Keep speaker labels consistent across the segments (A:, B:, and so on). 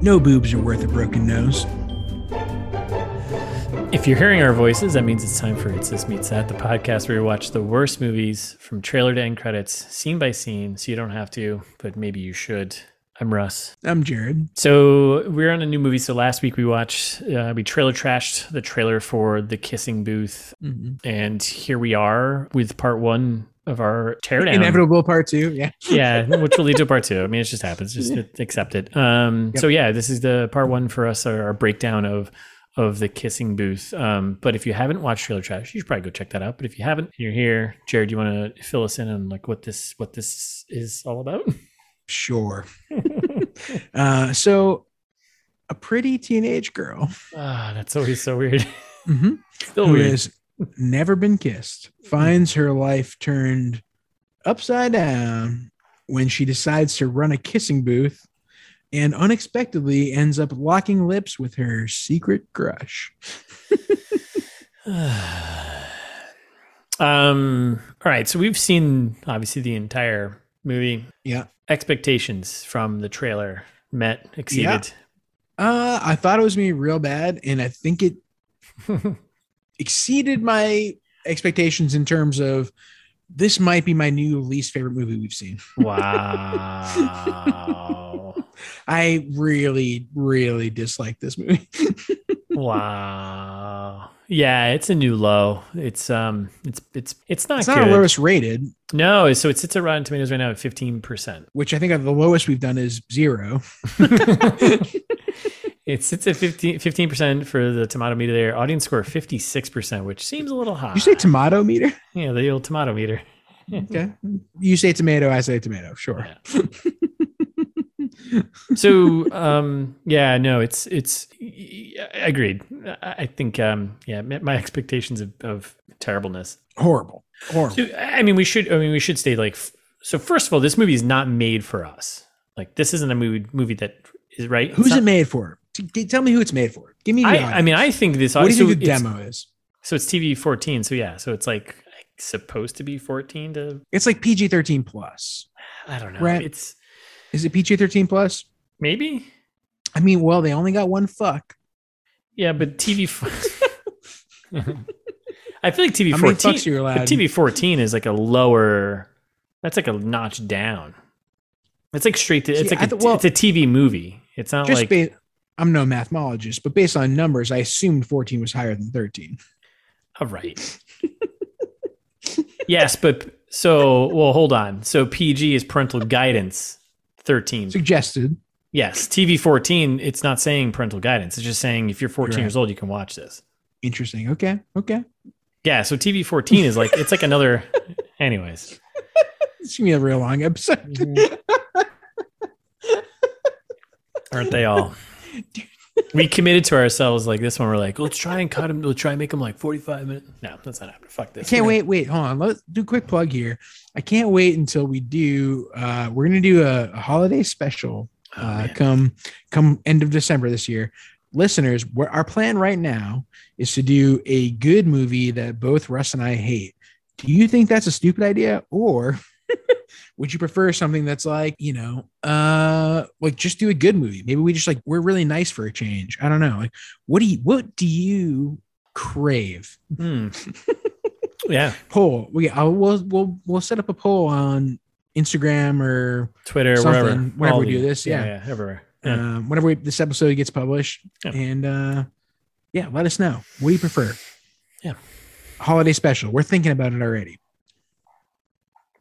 A: No boobs are worth a broken nose.
B: If you're hearing our voices, that means it's time for It's This Meets That, the podcast where we watch the worst movies from trailer to end credits, scene by scene, so you don't have to, but maybe you should. I'm Russ.
A: I'm Jared.
B: So we're on a new movie. So last week we watched, uh, we trailer trashed the trailer for The Kissing Booth,
A: Mhm.
B: and here we are with part one of our teardown.
A: Inevitable part two. Yeah.
B: yeah, which will lead to part two. I mean, it just happens. Just accept it. Um, So yeah, this is the part one for us, our, our breakdown of of the kissing booth. Um, but if you haven't watched Trailer Trash, you should probably go check that out. But if you haven't, and you're here, Jared. You want to fill us in on like what this what this is all about?
A: Sure. uh, so, a pretty teenage girl
B: Ah, that's always so weird.
A: mhm,
B: Still
A: who
B: weird.
A: has never been kissed finds her life turned upside down when she decides to run a kissing booth and unexpectedly ends up locking lips with her secret crush.
B: um. All right. So we've seen obviously the entire movie.
A: Yeah.
B: Expectations from the trailer met exceeded.
A: Uh, I thought it was me real bad, and I think it exceeded my expectations in terms of this might be my new least favorite movie we've seen.
B: Wow.
A: I really, really dislike this movie.
B: wow. Yeah, it's a new low. It's um it's it's it's not
A: it's not
B: good.
A: our lowest rated,
B: no, so it sits at Rotten Tomatoes right now at 15%.
A: which I think the lowest we've done is zero.
B: it sits at 15 percent for the tomato meter there. Audience score 56%, which seems a little high.
A: You say tomato meter?
B: yeah, the old tomato meter.
A: Okay. You say tomato, I say tomato. Sure.
B: Yeah. so um yeah no it's it's y- y- agreed i I think um yeah my my expectations of, of terribleness
A: Horrible. Horrible.
B: so, i mean we should i mean we should stay like f- so first of all this movie is not made for us like this isn't a movie movie that is right It's
A: Who's
B: not-
A: it made for? T- t- Tell me who it's made for. Give me the
B: I,
A: audience.
B: I mean i think this
A: what do you
B: so
A: think the
B: it's-
A: demo is?
B: so it's tv 14 so yeah so it's like supposed to be 14 to
A: It's like PG 13 plus.
B: i don't know
A: Right.
B: it's
A: Is it PG 13 plus?
B: maybe
A: I mean, well, they only got one fuck.
B: yeah but tv f- i feel like tv
A: How
B: 14
A: many fucks are you allowed?
B: But TV 14 is like a lower, that's like a notch down. It's like straight to, it's
A: See,
B: like
A: I
B: a,
A: thought- well-
B: it's a TV movie. It's not
A: Just
B: like,
A: ba- I'm no mathemologist, but based on numbers, I assumed 14 was higher than 13.
B: all right. yes, but so, well, hold on. So PG is parental guidance 13.
A: Suggested.
B: yes, TV 14, it's not saying parental guidance. It's just saying if you're 14
A: Right.
B: years old, you can watch this.
A: Interesting. Okay. Okay.
B: Yeah, so TV 14 is like, it's like another, anyways.
A: It's gonna be a real long episode.
B: Aren't they all? We committed to ourselves like this one. We're like, let's try and cut him. Let's try and make him like 45 minutes. No, that's not happening. Fuck
A: I
B: this.
A: can't wait. Wait, hold on. Let's do a quick plug here. I can't wait until we do uh we're gonna do a, a holiday special
B: Oh,
A: uh
B: man.
A: come come end of December this year. Listeners, what our plan right now is to do a good movie that both Russ and I hate. Do you think that's a stupid idea? Or would you prefer something that's like, you know, uh like just do a good movie? Maybe we just like we're really nice for a change. I don't know. Like what do you what do you crave?
B: Hmm. yeah.
A: poll. We I'll, we'll we'll we'll set up a poll on Instagram or
B: Twitter,
A: Something,
B: wherever.
A: wherever
B: All
A: we do
B: the-
A: this, yeah.
B: Yeah. Everywhere. Yeah.
A: um, whenever we, this episode gets published.
B: Yeah.
A: And uh, yeah, let us know what do you prefer.
B: Yeah.
A: holiday special. We're thinking about it already.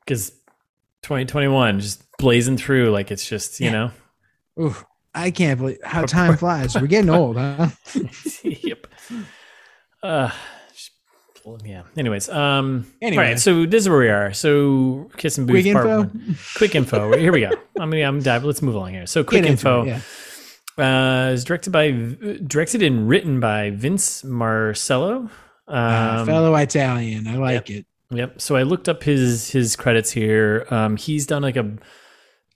B: Cause 2021 just blazing through. Like it's just, you
A: Yeah.
B: know,
A: Ooh, I can't believe how time flies. We're getting old, huh?
B: yep. Uh, just- yeah. Anyways. Um,
A: Anyway.
B: all right. So this is where we are. So kissing booth
A: Quick
B: part
A: info.
B: one. quick info. Here we go. I mean, I'm diving. Let's move along here. So, quick
A: Get into
B: info
A: it, yeah.
B: uh, is directed by, directed and written by Vince Marcello. Um,
A: Uh, fellow Italian, I like it.
B: Yep. So I looked up his his credits here. Um, he's done like a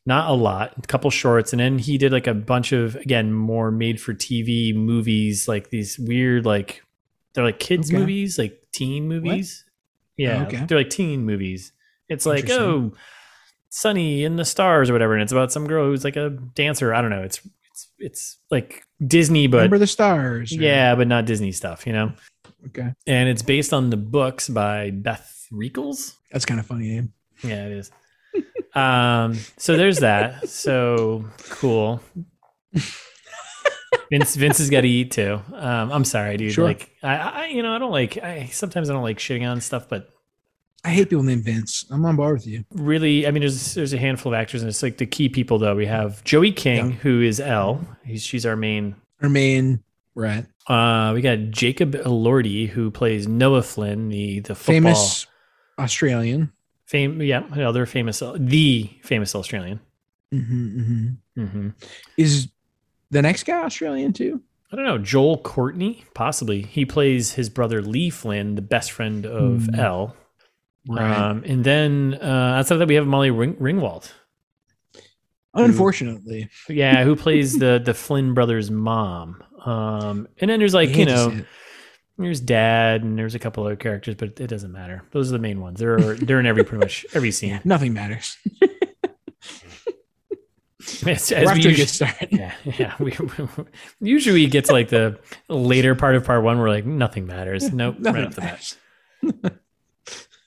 B: not a lot, a couple shorts, and then he did like a bunch of again more made for TV movies, like these weird like they're like kids
A: Okay. Oh,
B: movies, like teen movies. Yeah,
A: okay.
B: they're like teen movies. It's like
A: Interesting.
B: oh, Sunny in the Stars or whatever, and it's about some girl who's like a dancer. I don't know. It's it's it's like Disney, but
A: Remember the stars. or-
B: yeah, but not Disney stuff, you know.
A: Okay.
B: And it's based on the books by Beth Riekels.
A: That's kind of funny name.
B: Yeah, it is. um, so there's that. So cool. Vince Vince has got to eat too. Um, I'm sorry, dude.
A: Sure.
B: Like I, I, you know, I don't like. I sometimes I don't like shitting on stuff, but
A: I hate people named Vince. I'm on board with you.
B: really, I mean, there's there's a handful of actors, and it's like the key people though. We have Joey King, who is Elle. He's, she's our main.
A: Our main rat,
B: Uh, we got Jacob Elordi, who plays Noah Flynn, the the football
A: famous Australian.
B: fame, yeah, another famous, the famous Australian.
A: Mhm, mhm.
B: hmm
A: Is the next guy Australian too?
B: I don't know, Joel Courtney, possibly. He plays his brother Lee Flynn, the best friend of
A: Hmm.
B: Elle. Um, and then uh, outside of that, we have Molly Ring- Ringwald.
A: Unfortunately,
B: Yeah, who plays the the Flynn brothers' mom. Um, and then there's
A: I
B: like, you
A: hate to
B: know,
A: see it.
B: there's dad and there's a couple other characters, but it doesn't matter. Those are the main ones. They're they're in every pretty much every scene.
A: nothing matters.
B: As, as
A: We're off
B: we
A: to a
B: usually-
A: good start.
B: yeah, yeah. We, we- usually it gets like the later part of part one. We're like, nothing matters. Nope,
A: Nothing
B: right off the bat.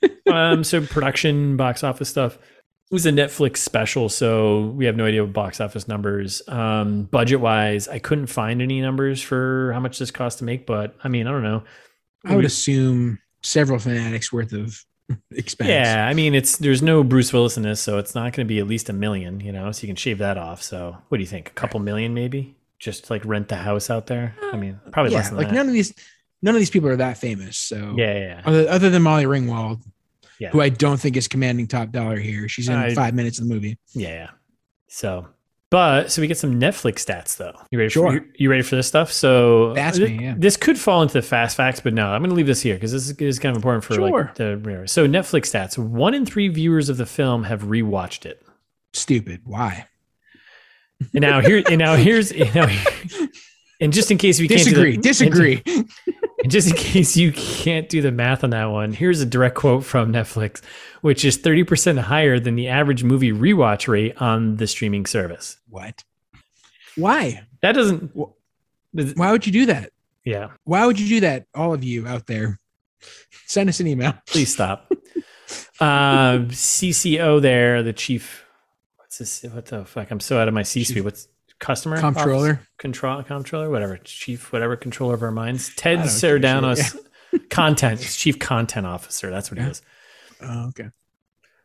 A: matters.
B: um, so production box office stuff. It was a Netflix special, so we have no idea what box office numbers. Um, budget wise, I couldn't find any numbers for how much this cost to make, but I mean, I don't know.
A: I would assume several fanatics worth of expense.
B: Yeah, I mean, it's there's no Bruce Willis in this, so it's not going to be at least a million, you know. So you can shave that off. So what do you think? A couple million, maybe, just to, like rent the house out there. I mean, probably
A: Uh, Yeah,
B: less than
A: like
B: that.
A: none of these, none of these people are that famous. So
B: yeah, yeah, yeah.
A: other, other than Molly Ringwald,
B: Yeah.
A: who I don't think is commanding top dollar here. She's in
B: I-
A: five minutes of the movie.
B: Yeah, yeah. So, but so we get some Netflix stats though. You ready?
A: Sure.
B: For, you, you ready for this stuff? So
A: That's
B: thi-
A: me, yeah.
B: This could fall into the fast facts, but no, I'm going to leave this here because this is, is kind of important for
A: Sure.
B: like the. So Netflix stats: one in three viewers of the film have rewatched it.
A: Stupid. Why?
B: And now here, and now here's, and, now here- and just in case we
A: Disagree.
B: can't do the-
A: Disagree.
B: And just in case you can't do the math on that one, here's a direct quote from Netflix, which is 30% higher than the average movie rewatch rate on the streaming service.
A: what? Why?
B: That doesn't.
A: Wh-
B: does-
A: Why would you do that?
B: Yeah,
A: Why would you do that? All of you out there, send us an email.
B: please stop. uh, CCO there, the chief. What's this? What the fuck? I'm so out of my C suite.
A: Chief-
B: What's customer
A: Comptroller.
B: office- control comptroller whatever chief whatever controller of our minds ted
A: I don't give a shit,
B: serdanos content he's chief content officer that's what he
A: Yeah.
B: is
A: Oh, okay.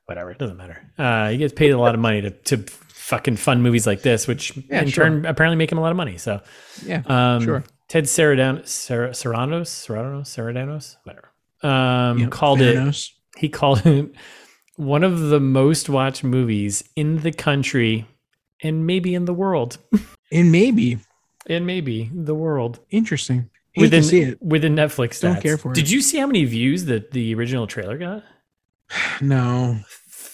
B: whatever it doesn't matter uh he gets paid a lot of money to to fucking fund movies like this which
A: Yeah,
B: in
A: sure.
B: turn apparently make him a lot of money so
A: Yeah.
B: um
A: Sure.
B: ted Seradan- Ser- serranos serranos serranos whatever um
A: Yep,
B: called it
A: Thanos.
B: he called it one of the most watched movies in the country and maybe in the world
A: And maybe
B: and maybe the world
A: interesting. Hate
B: within
A: to see it.
B: within Netflix.
A: Don't
B: stats.
A: care for
B: Did
A: it.
B: you see how many views that the original trailer got?
A: No.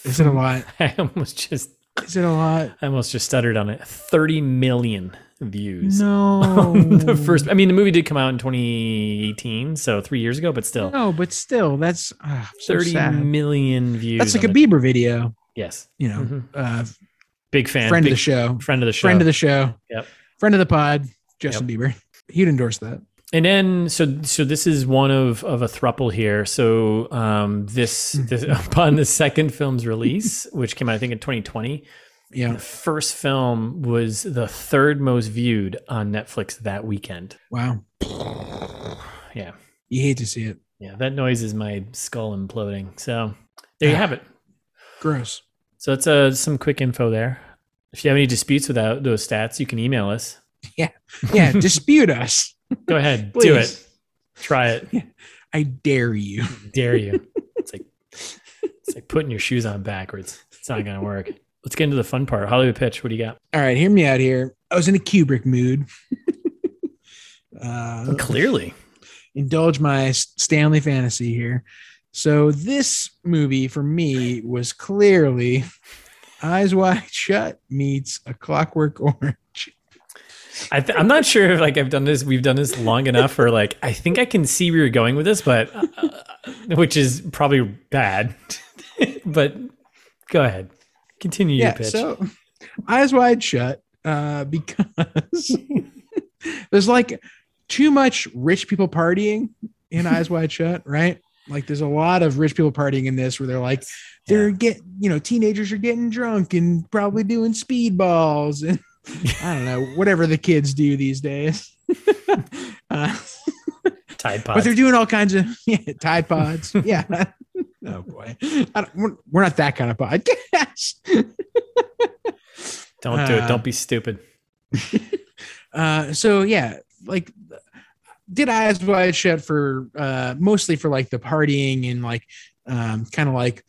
A: Is it a lot?
B: I almost just
A: Is it a lot?
B: I almost just stuttered on it. Thirty million views.
A: No.
B: the first, I mean, the movie did come out in 2018, so three years ago, but still,
A: No, but still, that's uh, so
B: thirty million
A: sad.
B: views.
A: That's like a
B: on it.
A: Bieber video.
B: Yes,
A: You know,
B: Mhm.
A: uh,
B: big fan,
A: friend
B: big
A: of the show.
B: friend of the show,
A: Friend of the show.
B: Yep.
A: Friend of the pod. Justin Bieber. He'd endorse that.
B: And then, so so this is one of of a thruple here. So um, this,
A: Hmm.
B: this upon the second film's release, which came out I think in 2020,
A: Yeah.
B: the first film was the third most viewed on Netflix that weekend.
A: Wow.
B: Yeah,
A: You hate to see it.
B: yeah, that noise is my skull imploding. So there you have it.
A: Gross.
B: So that's uh, some quick info there. If you have any disputes with that- those stats, you can email us.
A: Yeah. dispute us.
B: Go ahead,
A: Please.
B: do it, try it.
A: I dare you.
B: dare you. It's like it's like putting your shoes on backwards. It's not gonna work. Let's get into the fun part. Hollywood pitch. What do you got?
A: All right. Hear me out here. I was in a Kubrick mood. uh,
B: Clearly,
A: indulge my Stanley fantasy here. So this movie for me was clearly Eyes Wide Shut meets A Clockwork Orange.
B: I th- I'm not sure if like I've done this. We've done this long enough, or like I think I can see where you're going with this, but uh, which is probably bad. but go ahead. Continue your
A: yeah,
B: pitch.
A: so eyes wide shut uh, because there's like too much rich people partying in Eyes Wide Shut, right? Like there's a lot of rich people partying in this where they're like they're
B: Yeah.
A: get you know teenagers are getting drunk and probably doing speedballs and I don't know whatever the kids do these days. uh,
B: Tide
A: but
B: Pods.
A: they're doing all kinds of yeah, Tide Pods. Yeah. oh boy. I don't, we're, we're not that kind of podcast.
B: Don't do it.
A: uh,
B: Don't be stupid.
A: Uh, so yeah, like did eyes wide shut for uh mostly for like the partying and like um kind of like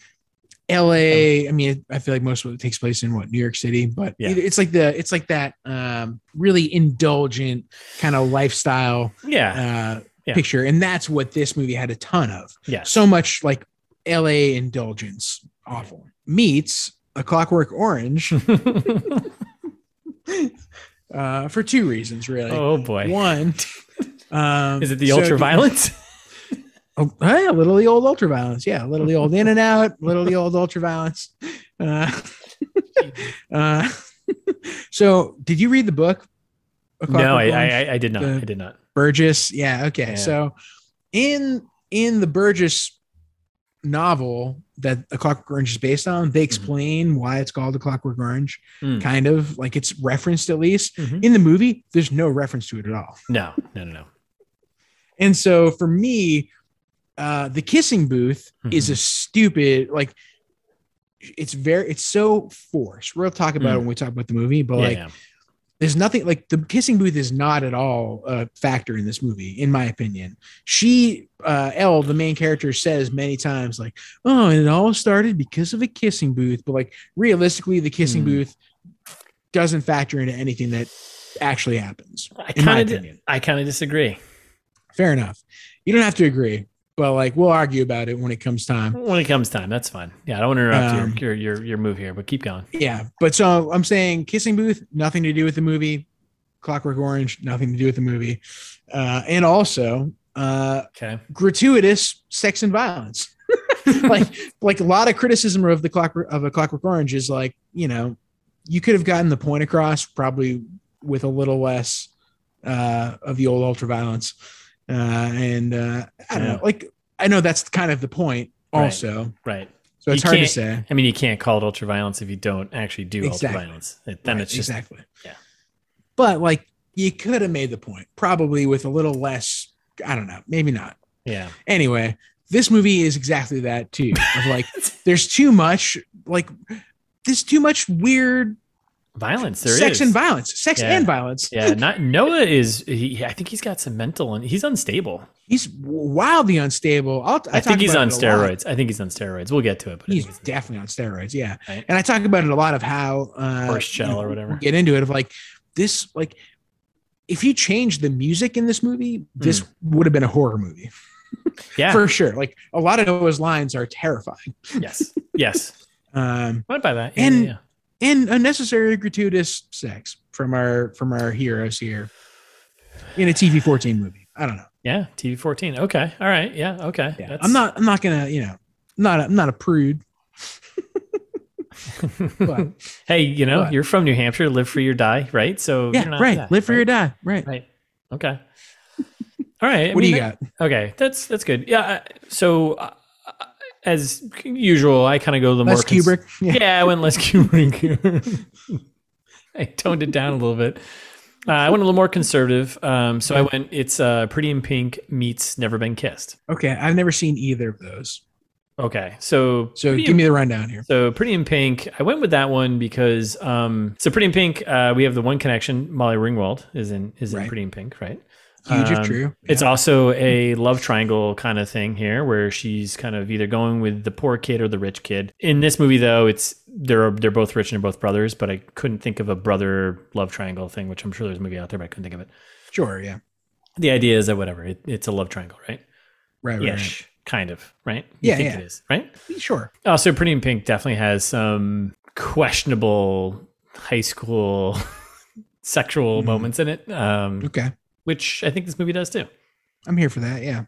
A: LA. I mean, I feel like most of it takes place in what New York City, but
B: Yeah.
A: it- it's like the it's like that um really indulgent kind of lifestyle
B: Yeah.
A: uh
B: Yeah.
A: picture, and that's what this movie had a ton of.
B: Yeah.
A: So much like LA indulgence, awful meets a Clockwork Orange uh for two reasons really.
B: oh boy.
A: One. Um,
B: Is it the
A: so-
B: ultra violence?
A: Oh, hey, a little of the old ultra violence. Yeah, a little of the old in and out, a little of the old ultra violence. Uh, uh, so, did you read the book? A
B: no,
A: Clockwork
B: I, I
A: Orange?
B: I- I did not. I did not.
A: Burgess. Yeah. Okay.
B: Yeah.
A: So, in in the Burgess novel that A Clockwork Orange is based on, they explain why it's called A Clockwork Orange.
B: Mm-hmm. Mm.
A: Kind of like it's referenced at least
B: Mhm.
A: in the movie. There's no reference to it at all.
B: No, no, no, no.
A: And so for me, uh, the kissing booth
B: Hmm.
A: is a stupid, like, it's very, it's so forced. We'll talk about it
B: Mm.
A: when we talk about the movie, but
B: Yeah,
A: like,
B: yeah.
A: there's nothing like the kissing booth is not at all a factor in this movie, in my opinion. She, uh, Elle, the main character, says many times, like, oh, and it all started because of a kissing booth. But like, realistically, the kissing
B: Mm.
A: booth doesn't factor into anything that actually happens,
B: I
A: in my
B: kind of
A: opinion
B: I kind of disagree.
A: fair enough. You don't have to agree, but like we'll argue about it when it comes time.
B: When it comes time, that's fine. Yeah, I don't want to interrupt
A: Um,
B: your, your your your move here, but keep going.
A: Yeah, but so I'm saying Kissing Booth, nothing to do with the movie. Clockwork Orange, nothing to do with the movie, uh, and also uh,
B: Okay.
A: gratuitous sex and violence. like, like a lot of criticism of the clockwork of a Clockwork Orange is like, you know, you could have gotten the point across probably with a little less uh, of the old ultra violence. Uh, and uh, I don't
B: Yeah.
A: know, like I know that's kind of the point
B: Right.
A: also.
B: Right.
A: So it's
B: You
A: hard to
B: can't-
A: say.
B: I mean, you can't call it ultraviolence if you don't actually do
A: Exactly.
B: ultraviolence. It- Then
A: Right,
B: it's just
A: exactly.
B: yeah.
A: But like you could have made the point probably with a little less, I don't know, maybe not.
B: yeah.
A: Anyway, this movie is exactly that too. Of like there's too much like there's too much weird
B: Violence. There is
A: sex and violence. Sex
B: Yeah.
A: and violence.
B: Yeah, not Noah is. He, I think he's got some mental, and he's unstable.
A: He's wildly unstable. I'll, I,
B: I, think
A: talk
B: he's
A: about
B: on
A: it a lot.
B: steroids. I think he's on steroids. We'll get to it, but I
A: He's
B: think he's-
A: definitely on steroids. Yeah.
B: Right.
A: And I talk about it a lot of how uh,
B: Horse shell
A: you know,
B: or whatever.
A: we Get into it of like this, like if you change the music in this movie, this would have been a horror movie
B: Hmm. yeah.
A: for sure. Like a lot of Noah's lines are terrifying
B: yes. Yes.
A: um,
B: What by that? Yeah,
A: And-
B: yeah, yeah.
A: and unnecessary, gratuitous sex from our from our heroes here in a TV fourteen movie. I don't know.
B: Yeah, TV fourteen. Okay. All right. Yeah. Okay.
A: Yeah,
B: That's-
A: I'm not. I'm not gonna. You know, not. A, I'm not a prude. But-
B: hey, you know,
A: but-
B: you're from New Hampshire. Live free or die, right? So
A: Yeah.
B: you're not
A: right.
B: that,
A: Live for your die. Right.
B: Right. Okay. All right. I
A: What do
B: mean,
A: you
B: that-
A: got?
B: Okay, that's that's good. Yeah. I- So uh, as usual, I kind of go the
A: Less
B: more cons-
A: Kubrick. Yeah.
B: yeah, I went less Kubrick. I toned it down a little bit. Uh, I went a little more conservative. Um, so I went. It's uh, Pretty in Pink meets Never Been Kissed.
A: Okay. I've never seen either of those.
B: Okay, so
A: So
B: Pretty
A: give me the rundown here.
B: so Pretty in Pink, I went with that one because um, so Pretty in Pink, uh, we have the one connection. Molly Ringwald is in is in
A: Right.
B: Pretty in Pink, right?
A: Huge if
B: Um,
A: true.
B: It's also a love triangle kind of thing here, where she's kind of either going with the poor kid or the rich kid. In this movie, though, it's they're they're both rich and they're both brothers, but I couldn't think of a brother love triangle thing, which I'm sure there's a movie out there, but I couldn't think of it.
A: Sure. Yeah.
B: The idea is that whatever, it, it's a love triangle, right?
A: Right. Right.
B: Yes, kind of, right? You
A: Yeah,
B: think
A: yeah.
B: it is, right?
A: right. Sure.
B: Also, Pretty in Oh, Pink definitely has some questionable high school sexual
A: Mhm.
B: moments in it, um,
A: Okay.
B: which I think this movie does too.
A: I'm here for that. Yeah.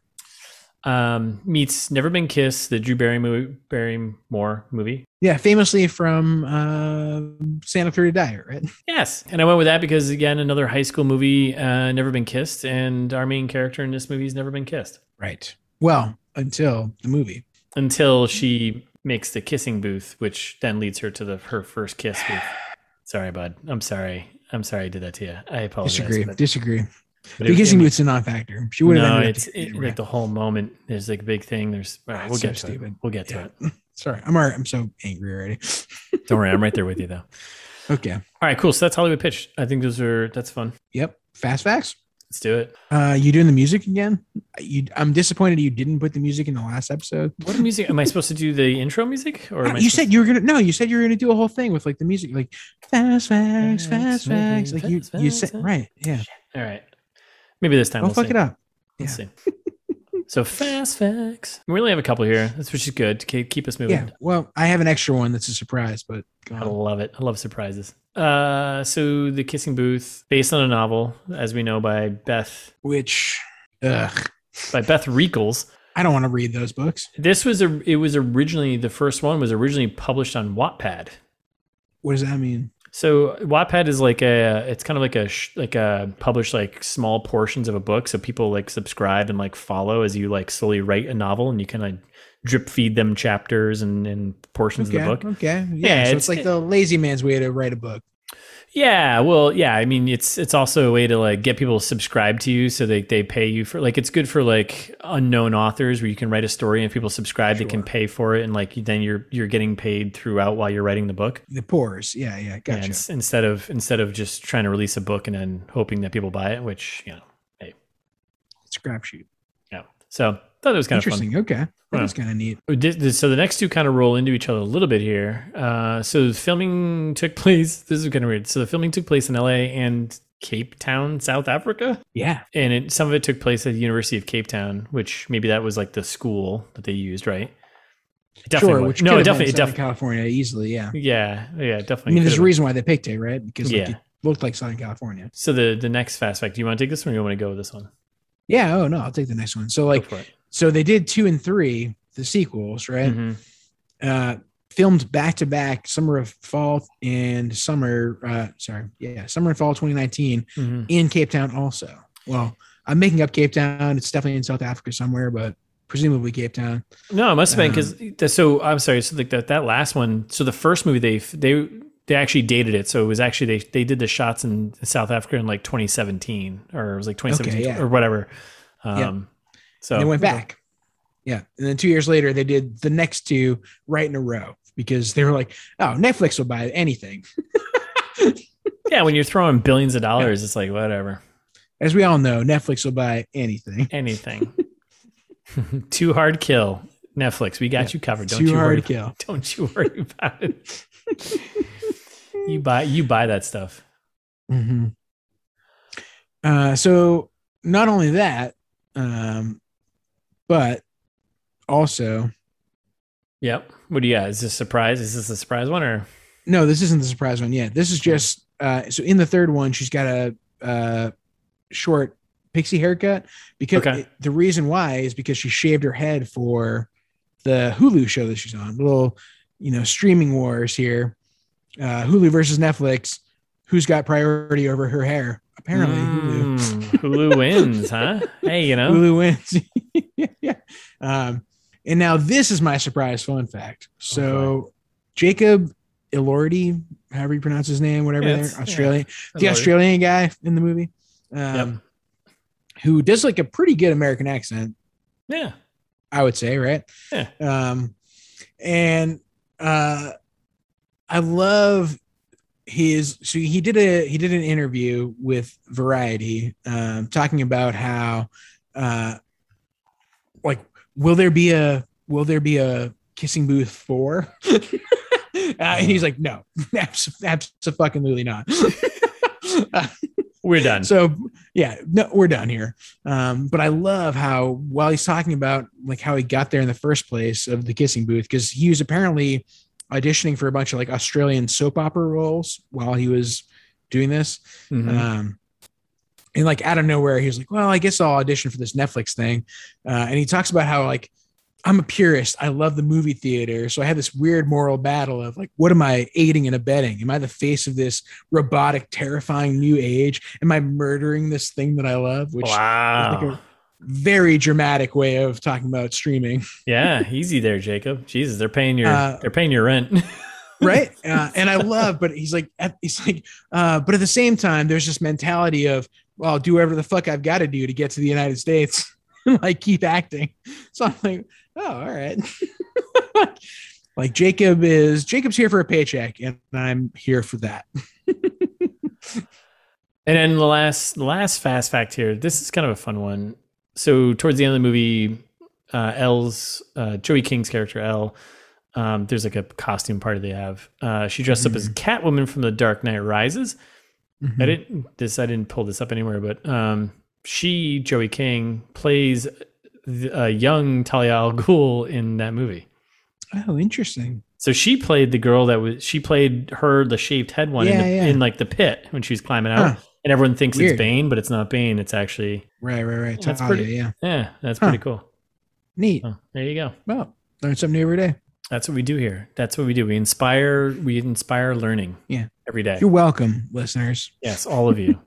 B: um, meets Never Been Kissed, the Drew Barrymore, Barrymore movie.
A: Yeah, famously from uh, Santa Three to Die, right?
B: Yes, and I went with that because again, another high school movie, uh, Never Been Kissed, and our main character in this movie has never been kissed
A: Right. Well, until the movie.
B: until she makes the kissing booth, which then leads her to the her first kiss booth. Sorry, bud. I'm sorry. I'm sorry I did that to you. I apologize.
A: Disagree.
B: but-
A: Disagree.
B: but it-
A: the kissing
B: it-
A: booth's a non-factor. She would have.
B: no,
A: ended up
B: it's it,
A: kissing
B: like
A: her.
B: the whole moment. There's like a big thing. There's all right,
A: it's
B: we'll
A: so
B: get to it.
A: stupid.
B: We'll get to
A: Yeah. Sorry, I'm alright. I'm so angry already.
B: it. Don't worry, I'm right there with you though.
A: Okay.
B: All right, cool. So that's Hollywood Pitch. I think those are that's fun.
A: Yep. Fast facts.
B: Let's do it.
A: Uh, you doing the music again? Uh, You, I'm disappointed you didn't put the music in the last episode. Uh,
B: What music am I supposed to do? The intro music, or am I
A: you
B: supposed
A: said you were gonna no. You said you were gonna do a whole thing with like the music, like fast facts, fast
B: Facts, maybe,
A: facts. Like you,
B: fast
A: you
B: facts,
A: said
B: huh?
A: right. Yeah.
B: To... All right, maybe this time
A: Don't
B: we'll
A: fuck
B: sing.
A: it up.
B: Let's see. so fast facts. We really have a couple here. That's which is good. Ke- Keep us moving.
A: Yeah. Well, I have an extra one that's a surprise, but go
B: I
A: on.
B: love it. I love surprises. Uh, so the Kissing Booth, based on a novel, as we know by Beth
A: which, ugh,
B: by Beth Riekels.
A: I don't want to read those books.
B: This was a. It was originally the first one was originally published on Wattpad.
A: What does that mean?
B: So Wattpad is like a, it's kind of like a sh- like a published like small portions of a book, so people like subscribe and like follow as you like slowly write a novel, and you kind of drip feed them chapters and, and portions
A: Okay.
B: of the book.
A: Okay. Yeah.
B: Yeah,
A: so
B: it's-
A: it's, like the lazy man's way to write a book.
B: Yeah, well, yeah. I mean, it's it's also a way to like get people to subscribe to you, so they they pay you for like it's good for like unknown authors where you can write a story and if people subscribe, they can
A: Sure.
B: pay for it, and like then you're you're getting paid throughout while you're writing the book.
A: The pores. Yeah. Yeah.
B: Yeah,
A: Gotcha.
B: ins- instead of instead of just trying to release a book and then hoping that people buy it, which you know,
A: It's a crapshoot.
B: yeah. So thought it was kind of fun.
A: Interesting. Okay.
B: Yeah.
A: That's kind of neat.
B: This- this- So the next two kind of roll into each other a little bit here. Uh, so the filming took place. This is kind of weird. So the filming took place in L.A. and Cape Town, South Africa,
A: Yeah.
B: and it, some of it took place at the University of Cape Town, which maybe that was like the school that they used, right? It definitely
A: sure.
B: was.
A: Which
B: no,
A: could have been
B: it definitely, it
A: Southern
B: definitely,
A: California easily. Yeah.
B: yeah, yeah, it
A: I
B: definitely.
A: mean,
B: could
A: there's
B: have
A: a
B: been.
A: reason why they picked it, right? Because like,
B: Yeah.
A: it looked like Southern California.
B: So the the next fast fact. Do you want to take this one, or you want to go with this one? Go
A: Yeah. Oh no, I'll take the next one. So like,
B: for it.
A: so they did two and three, the sequels, right?
B: Mhm.
A: Uh, filmed back to back, summer of fall and summer. Uh, sorry, yeah, summer and fall 2019
B: Mhm.
A: in Cape Town. Also, well, I'm making up Cape Town. It's definitely in South Africa somewhere, but presumably Cape Town.
B: No, it must have been because so I'm sorry. So like that that last one. So the first movie they they they actually dated it. So it was actually they they did the shots in South Africa in like 2017 or it was like 2017
A: Okay, yeah.
B: or whatever.
A: Yeah.
B: Um, So
A: and they went back. Yeah, and then two years later, they did the next two right in a row because they were like, "Oh, Netflix will buy anything."
B: Yeah, when you're throwing billions of dollars, it's like whatever,
A: As we all know, Netflix will buy anything.
B: anything. Too hard kill Netflix. We got
A: Yeah.
B: you covered. Don't
A: Too
B: you
A: hard
B: worry.
A: to kill.
B: Don't you worry about it. you buy you buy that stuff.
A: hmm Uh, so not only that, um, but also
B: Yep. What do you got? Is this a surprise? Is this a surprise one or?
A: no, this isn't the surprise one yet. This is just uh, so in the third one, she's got a uh, short pixie haircut because
B: Okay.
A: it- the reason why is because she shaved her head for the Hulu show that she's on. Little, you know, streaming wars here. Uh, Hulu versus Netflix. Who's got priority over her hair? Apparently, Hulu.
B: Mm, Hulu wins, huh? Hey, you know,
A: Hulu wins. yeah. Um, and now this is my surprise fun fact. So Jacob Elordi, however you pronounce his name, whatever
B: Yeah,
A: there,
B: it's- yeah.
A: Australian, the Australian guy in the movie, um, who does like a pretty good American accent,
B: yeah,
A: I would say, right?
B: Yeah.
A: Um, and uh, I love his so he did a he did an interview with variety um talking about how uh like will there be a will there be a kissing booth four uh, and he's like no abs- absolutely not Uh,
B: we're done.
A: so yeah, no, we're done here. Um, but I love how while he's talking about like how he got there in the first place of the kissing booth, because he was apparently auditioning for a bunch of like
B: Mm-hmm.
A: uh, Australian soap opera roles while he was doing this.
B: Mhm.
A: Um, and like out of nowhere, he was like, "Well, I guess I'll audition for this Netflix thing," uh, and he talks about how like I'm a purist. I love the movie theater, so I have this weird moral battle of like, what am I aiding and abetting? Am I the face of this robotic, terrifying new age? Am I murdering this thing that I love? Which
B: wow.
A: like a- very dramatic way of talking about streaming,
B: yeah, easy there, Jacob. Jesus, they're paying your
A: Uh,
B: they're paying your rent.
A: right? Uh, and I love, but he's like, at- he's like, uh, but at the same time, there's this mentality of, well, I'll do whatever the fuck I've got to do to get to the United States, and like keep acting. So I'm like, oh, all right. like Jacob is Jacob's here for a paycheck, and I'm here for that.
B: And then the last last fast fact here. This is kind of a fun one. So towards the end of the movie, uh, L's uh, Joey King's character L. Um, there's like a costume party they have. Uh, she dressed up as
A: Mm-hmm.
B: Catwoman from The Dark Knight Rises.
A: Hmm.
B: I didn't this I didn't pull this up anywhere, but um, she Joey King plays the, a young Talia al Ghul in that movie.
A: Oh, interesting.
B: So she played the girl that was she played her the shaved head one in,
A: Yeah,
B: the,
A: yeah.
B: in like the pit when she was climbing out,
A: Huh.
B: and everyone thinks
A: Weird.
B: it's Bane, but it's not Bane. It's actually
A: Right, right, right.
B: That's
A: Talia,
B: pretty-
A: yeah.
B: yeah, that's
A: Huh.
B: pretty cool.
A: Neat.
B: Oh, there you go.
A: Well, learn something new every day.
B: That's what we do here. That's what we do. We inspire. We inspire learning.
A: Yeah.
B: every day.
A: You're welcome, listeners.
B: Yes, all of you.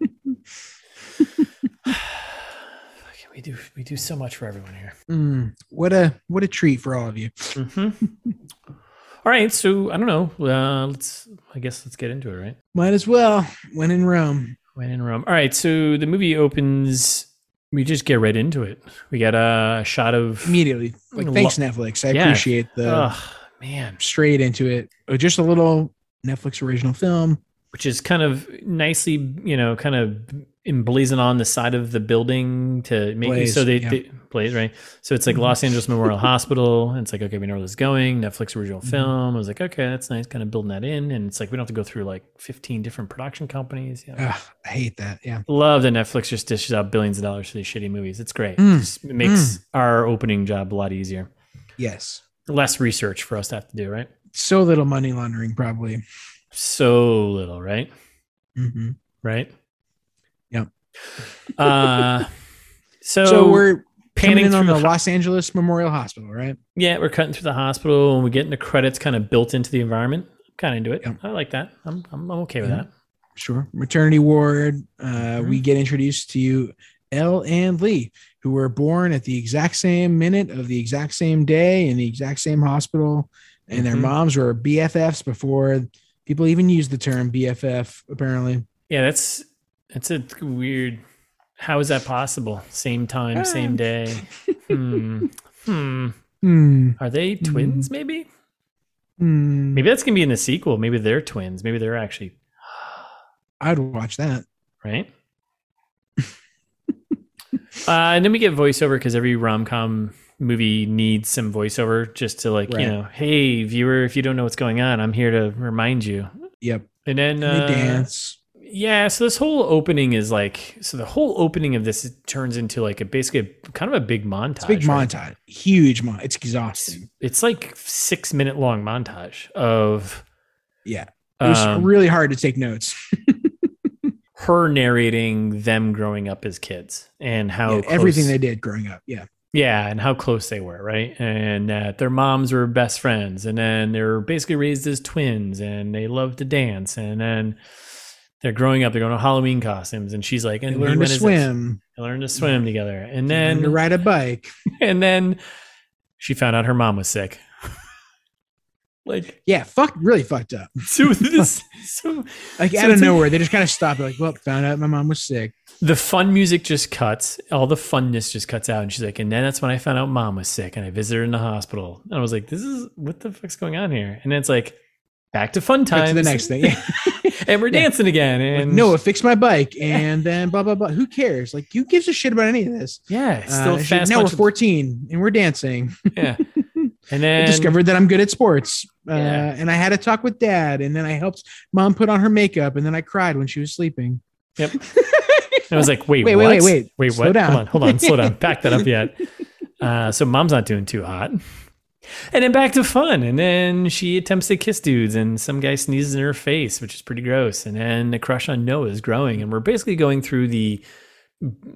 B: Fucking, we do. We do so much for everyone here.
A: Mm, what a what a treat for all of you.
B: Mhm. All right. So I don't know. Uh, let's. I guess let's get into it. Right.
A: Might as well when in Rome.
B: When in Rome. All right, so the movie opens. We just get right into it. We got a shot of.
A: Immediately. Like
B: Lo-
A: thanks, Netflix. I
B: Yeah.
A: appreciate the
B: Ugh, man,
A: straight into it. Oh, just a little Netflix original film.
B: which is kind of nicely, you know, kind of emblazoned on the side of the building to make
A: Blaze,
B: so they,
A: yeah. Mm-hmm.
B: they blaze right. So it's like Los Angeles Memorial Hospital. And it's like okay, we know where this is going. Netflix original
A: Mhm.
B: film. I was like, okay, that's nice, kind of building that in. And it's like we don't have to go through like fifteen different production companies. Yeah.
A: Ugh, I hate that. Yeah.
B: Love that Netflix just dishes out billions of dollars for these shitty movies. It's great.
A: Mm.
B: It just makes our opening job a lot easier.
A: Yes.
B: Less research for us to have to do, right?
A: So little money laundering, probably.
B: So little, right?
A: hmm
B: Right?
A: Yep.
B: Uh, so,
A: So,
B: we're
A: we're panning
B: panning
A: in on
B: through
A: the
B: the,
A: Los Angeles Memorial Hospital, right?
B: yeah, we're cutting through the hospital and we're getting the credits kind of built into the environment. Kind of into it.
A: Yep. Mm-hmm.
B: I like that. I'm I'm, I'm okay with
A: Yeah.
B: that.
A: Sure. Maternity ward. Uh,
B: Mm-hmm.
A: We get introduced to Elle and Lee, who were born at the exact same minute of the exact same day in the exact same hospital. And their
B: Mhm.
A: moms were BFFs before people even used the term BFF, apparently.
B: Yeah, that's that's a weird. How is that possible? Same time, same
A: Ah.
B: day. hmm. Hmm.
A: Hmm.
B: Are they
A: Hmm.
B: twins? Maybe.
A: Hmm.
B: Maybe that's gonna be in the sequel. Maybe they're twins. Maybe they're actually
A: I'd watch that.
B: right. uh, and then we get voiceover because every rom com movie needs some voiceover just to like you
A: Right.
B: know, hey viewer, if you don't know what's going on, I'm here to remind you.
A: Yep.
B: And then
A: And
B: uh,
A: they dance.
B: Yeah, so this whole opening is like so the whole opening of this turns into like a basically a, kind of a big montage.
A: It's a big
B: right?
A: montage. Huge montage. It's exhausting.
B: It's like six minute long montage of
A: Yeah. It was
B: um,
A: really hard to take notes.
B: her narrating them growing up as kids and how
A: Yeah, everything
B: close-
A: they did growing up. Yeah.
B: yeah and how close they were right and that their moms were best friends and then they were basically raised as twins and they loved to dance and then they're growing up they're going to halloween costumes and she's like
A: They
B: and
A: learned to
B: when is this?"
A: swim.
B: they learned to swim together and
A: They learned
B: then
A: to ride a bike.
B: and then she found out her mom was sick like
A: Yeah. Fuck, really fucked up.
B: so this so
A: Like
B: So
A: out of
B: it's like-
A: nowhere, they just kind of stopped. Like, well, found out my mom was sick.
B: the fun music just cuts all the funness just cuts out and she's like and then that's when i found out mom was sick and i visited her in the hospital and i was like this is what the fuck's going on here and it's like back to fun
A: Cut
B: times
A: to the next thing. Yeah.
B: and we're
A: Yeah.
B: dancing again
A: Like,
B: and
A: Noah fixed my bike, and then blah blah blah. Who cares? Like, who gives a shit about any of this?
B: yeah it's still
A: Uh, she-
B: fast
A: now we're
B: punch-
A: 14 and we're dancing.
B: yeah and
A: I
B: then
A: discovered that I'm good at sports. Uh,
B: Yeah.
A: and I had a talk with dad, and then I helped mom put on her makeup, and then I cried when she was sleeping.
B: Yep. I was like, wait,
A: Wait, wait,
B: what?
A: wait, wait.
B: wait,
A: Slow
B: what?
A: down.
B: Hold on, hold on, slow down. Back that up yet. Uh, so mom's not doing too hot. And then back to fun. And then she attempts to kiss dudes, and some guy sneezes in her face, which is pretty gross. And then the crush on Noah is growing. And we're basically going through the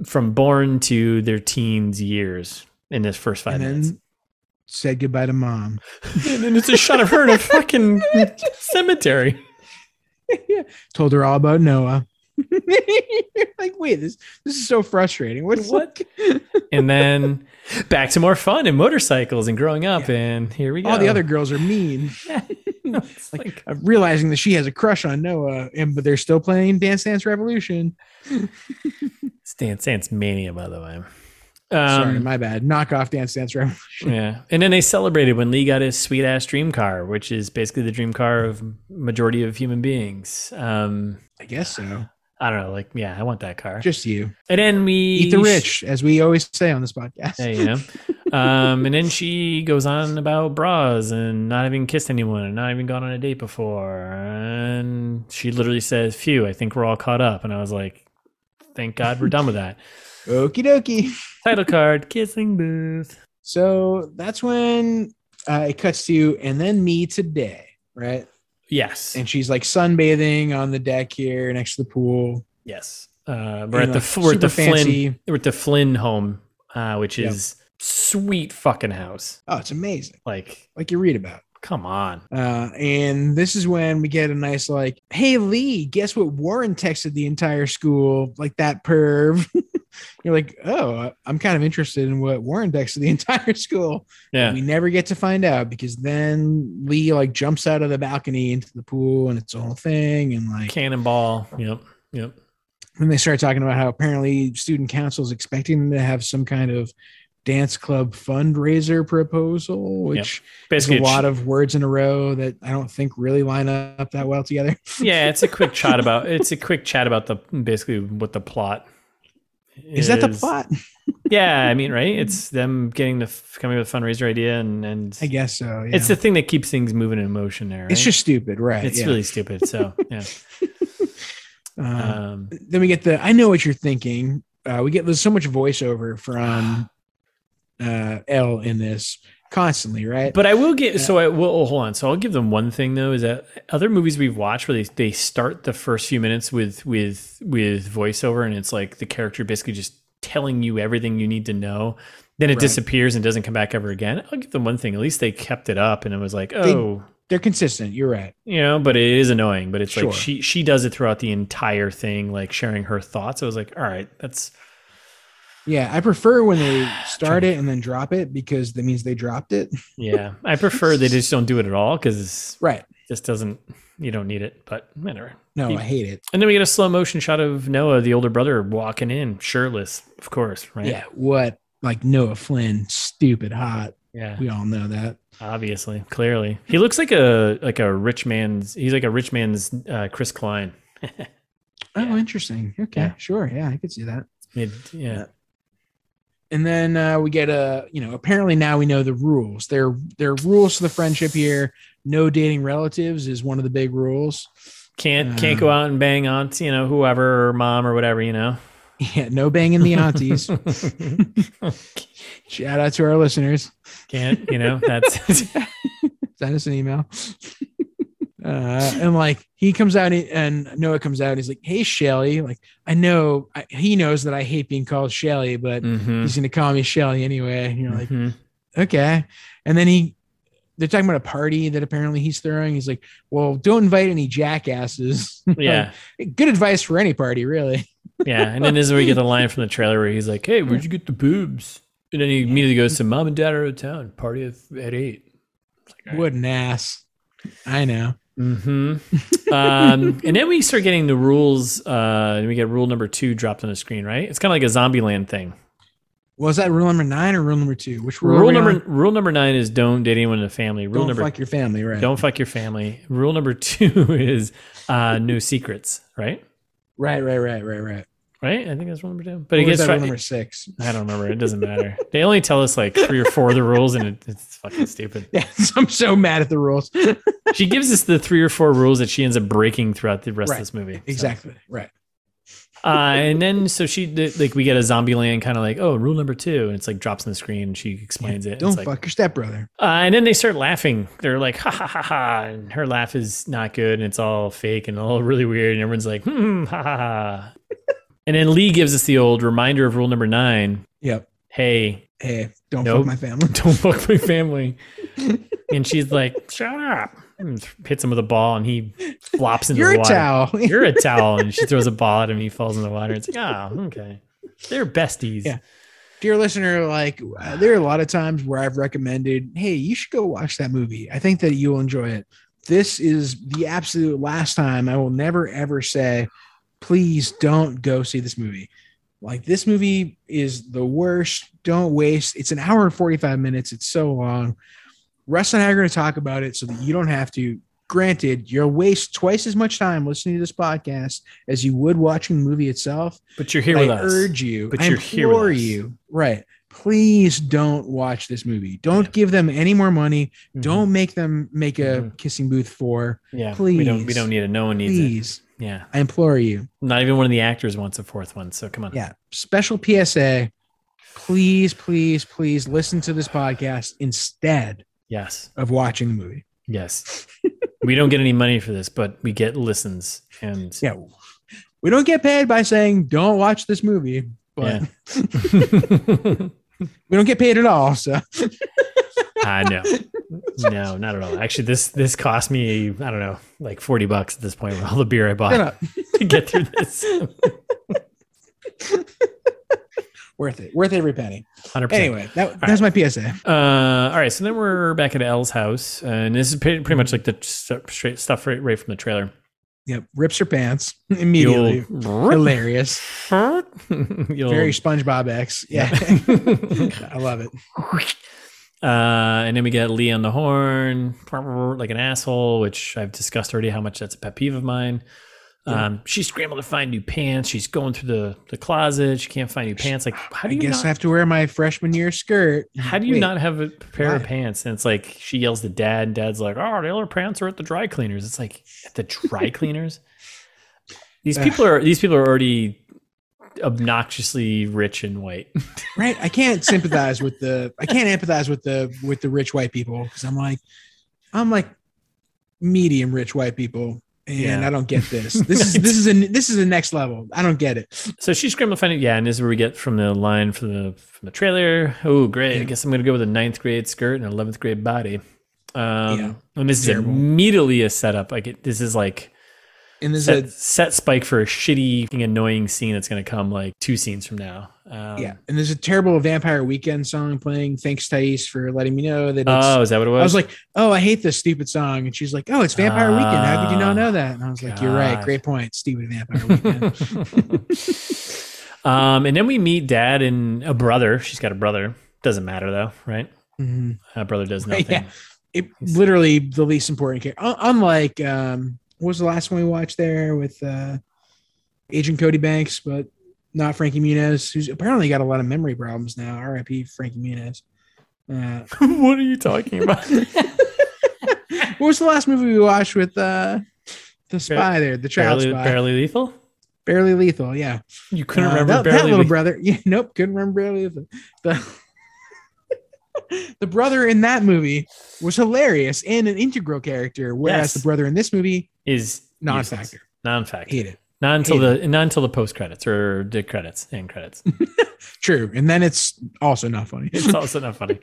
B: from born to their teens years in this first five
A: and
B: minutes.
A: then said goodbye to mom.
B: and then it's a shot of her in a fucking cemetery.
A: yeah. Told her all about Noah. like, wait, this this is so frustrating. What's
B: What? and then back to more fun and motorcycles and growing up. And here we go.
A: all the other girls are mean.
B: It's like,
A: Uh, realizing that she has a crush on Noah, and but they're still playing Dance Dance Revolution.
B: it's Dance Dance Mania, by the way. Um,
A: Sorry, my bad. Knock off Dance Dance Revolution.
B: Yeah. And then they celebrated when Lee got his sweet ass dream car, which is basically the dream car of majority of human beings. Um,
A: I guess so.
B: I don't know. Like, yeah, I want that car.
A: Just you.
B: And then we
A: Eat the rich, as we always say on this podcast.
B: Yeah, you know. um, and then she goes on about bras and not having kissed anyone and not even gone on a date before. And she literally says, Phew, I think we're all caught up. And I was like, Thank God we're done with that.
A: Okie dokie.
B: Title card, kissing booth.
A: So that's when uh, it cuts to, and then me today, right?
B: Yes.
A: And she's like sunbathing on the deck here next to the pool.
B: Yes. Uh, we're
A: And,
B: at the
A: like,
B: we're at
A: super
B: the Flynn
A: fancy.
B: we're at the Flynn home, uh, which
A: Yep.
B: is sweet fucking house.
A: Oh, it's amazing.
B: Like,
A: Like you read about.
B: come on.
A: Uh, and this is when we get a nice like, hey Lee, guess what Warren texted the entire school? Like that perv. You're like, oh, I'm kind of interested in what Warren texted the entire school.
B: Yeah.
A: We never get to find out because then Lee like jumps out of the balcony into the pool and it's a whole thing. And like
B: Cannonball. Yep. Yep.
A: then they start talking about how apparently student council is expecting them to have some kind of dance club fundraiser proposal, which is
B: Basically
A: a
B: a
A: lot of words in a row that I don't think really line up that well together.
B: yeah, it's a quick chat about it's a quick chat about the basically what the plot
A: Is that the plot?
B: Yeah, I mean, right? It's them getting the f- coming up with a fundraiser idea, and and
A: I guess so. Yeah.
B: it's the thing that keeps things moving in motion. There,
A: It's
B: right?
A: just stupid, right?
B: it's
A: yeah.
B: really stupid. So yeah,
A: Uh,
B: um,
A: then we get the I know what you're thinking. Uh, we get there's so much voiceover from uh, L in this constantly, right?
B: but I will get so I will oh, hold on. So I'll give them one thing though is that other movies we've watched where they, they start the first few minutes with with with voiceover and it's like the character basically just telling you everything you need to know. Then it
A: Right.
B: disappears and doesn't come back ever again. I'll give them one thing. At least they kept it up and it was like, oh,
A: They're consistent. You're right.
B: you know, but it is annoying. But it's
A: Sure.
B: like she she does it throughout the entire thing, like sharing her thoughts. I was like, all right, that's
A: Yeah, I prefer when they start it and then drop it because that means they dropped it.
B: yeah. I prefer they just don't do it at all because
A: Right.
B: just doesn't you don't need it. But whatever.
A: No,
B: You-
A: I hate it.
B: And then we get a slow motion shot of Noah, the older brother, walking in shirtless, of course, right?
A: Yeah. What? Like Noah Flynn, stupid hot.
B: yeah,
A: We all know that.
B: obviously, clearly, he looks like a like a rich man's. He's like a rich man's uh, Chris Klein.
A: Oh,
B: Yeah.
A: interesting. Okay,
B: Yeah.
A: sure. Yeah, I could see that.
B: It- yeah,
A: And then uh, we get a, you know, apparently now we know the rules. There, there are rules to the friendship here. No dating relatives is one of the big rules.
B: can't can't go
A: Um,
B: out and bang on you know whoever or mom or whatever you know.
A: Yeah, no banging the aunties. Shout out to our listeners.
B: can't you know that's
A: Send us an email. Uh, and like he comes out and and Noah comes out and he's like, "Hey Shelly, like I know I, he knows that I hate being called Shelly, but
B: Mhm,
A: he's gonna call me Shelly anyway." And you're like,
B: mhm.
A: okay. And then he, they're talking about a party that apparently he's throwing. He's like, well, don't invite any jackasses.
B: yeah
A: Like, good advice for any party, really.
B: yeah. And then this is where you get the line from the trailer where he's like, "Hey, where'd you get the boobs?" And then he immediately goes to mom and dad are out of town. Party at at eight. It's like, all right.
A: What an ass. I know.
B: hmm um, and then we start getting the rules. Uh, and we get rule number two dropped on the screen, right? It's kind of like a zombie land thing.
A: Was that rule number nine or rule number two? Which rule?
B: Rule,
A: are we
B: number
A: on?
B: rule number nine is don't date anyone in the family. Rule
A: don't
B: number
A: fuck your family, right?
B: don't fuck your family. Rule number two is uh, no secrets, right?
A: Right, right, right, right, right.
B: Right? I think that's rule number two. But
A: Or
B: it
A: was
B: gets
A: that rule
B: right-
A: number six?
B: I don't remember. It doesn't matter. they only tell us like three or four of the rules, and it, it's fucking stupid.
A: Yeah, I'm so mad at the rules.
B: She gives us the three or four rules that she ends up breaking throughout the rest
A: Right.
B: of this movie. So-
A: exactly. Right.
B: uh, and then so she the- like we get a zombie land kind of like oh rule number two and it's like drops on the screen and she explains it
A: Don't
B: it's like,
A: fuck your stepbrother.
B: uh, and then they start laughing they're like ha ha ha ha and her laugh is not good and it's all fake and all really weird and everyone's like hmm ha ha ha And then Lee gives us the old reminder of rule number nine.
A: Yep.
B: Hey,
A: Hey, don't
B: Nope.
A: fuck my family.
B: don't fuck my family. and she's like, shut up. And hits him with a ball and he flops into
A: You're
B: the
A: a
B: water.
A: towel.
B: You're a towel. And she throws a ball at him and he falls in the water. It's like, oh, okay. They're besties.
A: Yeah. Dear listener, like uh, there are a lot of times where I've recommended, hey, you should go watch that movie. I think that you'll enjoy it. This is the absolute last time I will never ever say, please don't go see this movie. Like this movie is the worst. Don't waste. It's an hour and 45 minutes. It's so long. Russ and I are going to talk about it so that you don't have to. Granted, you'll waste twice as much time listening to this podcast as you would watching the movie itself.
B: But you're here
A: I
B: with us.
A: urge you,
B: But
A: I
B: you're here with
A: implore
B: us.
A: you, right? Please don't watch this movie. Don't
B: Yeah.
A: give them any more money.
B: Mhm.
A: Don't make them make a
B: Mhm.
A: kissing booth for.
B: Yeah. We don't we
A: please.
B: don't need it. No one needs it.
A: Please,
B: Yeah.
A: I implore you.
B: Not even one of the actors wants a fourth one. So come on.
A: Yeah. Special PSA. Please, please, please listen to this podcast instead
B: Yes.
A: of watching the movie.
B: Yes. we don't get any money for this, but we get listens and
A: Yeah. We don't get paid by saying don't watch this movie, but
B: Yeah.
A: we don't get paid at all. So
B: I know. No, not at all. Actually, this this cost me I don't know like forty bucks at this point with all the beer I
A: shut
B: bought
A: up.
B: to get through this.
A: Worth it. Worth every penny.
B: Hundred percent.
A: Anyway, that, that's my PSA.
B: Uh, all right. So then we're back at Elle's house, and this is pretty, pretty much like the st- straight stuff right, right from the trailer.
A: Yep. Rips her pants
B: The
A: immediately.
B: old-
A: Hilarious.
B: The old-
A: Very SpongeBob X. Yeah. I love it.
B: Uh, and then we get Lee on the horn, like an asshole, which I've discussed already how much that's a pet peeve of mine. Um, she scrambled to find new pants. She's going through the, the closet. She can't find new pants. Like, how
A: I
B: do you
A: guess
B: not,
A: I have to wear my freshman year skirt.
B: how do
A: Mm,
B: you
A: Wait,
B: not have a pair of
A: Why?
B: pants? And it's like she yells to dad. and Dad's like, "Oh, the other pants are at the dry cleaners." It's like at the dry cleaners. These
A: Ugh.
B: people are these people are already obnoxiously rich and white.
A: Right. I can't sympathize with the. I can't empathize with the with the rich white people because I'm like, I'm like medium rich white people, and
B: Yeah.
A: I don't get this. This is this is a this is the next level. I don't get it.
B: So she's scrambling to find it. Yeah, and this is where we get from the line from the from the trailer. Oh, great! I
A: Yeah.
B: guess I'm gonna go with a ninth grade skirt and eleventh grade body. Um,
A: Yeah.
B: And this
A: Terrible.
B: is immediately a setup. I get this is like
A: And this
B: set,
A: is
B: set spike for a shitty, fucking annoying scene that's gonna come like two scenes from now. Um,
A: a yeah, and there's a terrible Vampire Weekend song playing. Thanks, Thais, for letting me know that. It's,
B: Oh, is that what it was?
A: I was like, "Oh, I hate this stupid song," and she's like, "Oh, it's Vampire Weekend. How could you not know that?" And I was like, "You're right.
B: God.
A: Great point, stupid Vampire Weekend."
B: um, and then we meet dad and a brother. She's got a brother. Doesn't matter though, right?
A: Mhm.
B: A brother does
A: Right,
B: nothing.
A: yeah. It literally the least important character. Un- Unlike um, what was the last one we watched there with uh, Agent Cody Banks, but not Frankie Muniz, who's apparently got a lot of memory problems now. R.I.P. Frankie Muniz. Uh,
B: what are you talking about?
A: what was the last movie we watched with uh, the spy there, the child
B: Barely,
A: spy,
B: barely lethal.
A: barely lethal? Yeah.
B: You couldn't
A: Uh,
B: remember
A: that, that
B: barely
A: little
B: Lethal.
A: brother. Yeah, nope, couldn't remember barely Lethal. The, the brother in that movie was hilarious and an integral character, whereas
B: Yes.
A: the brother in this movie
B: is
A: non-factor.
B: Non-factor.
A: Hate it.
B: Not until
A: Hate
B: the not until the post credits or the credits and credits.
A: True, and then it's also not funny.
B: It's also not funny.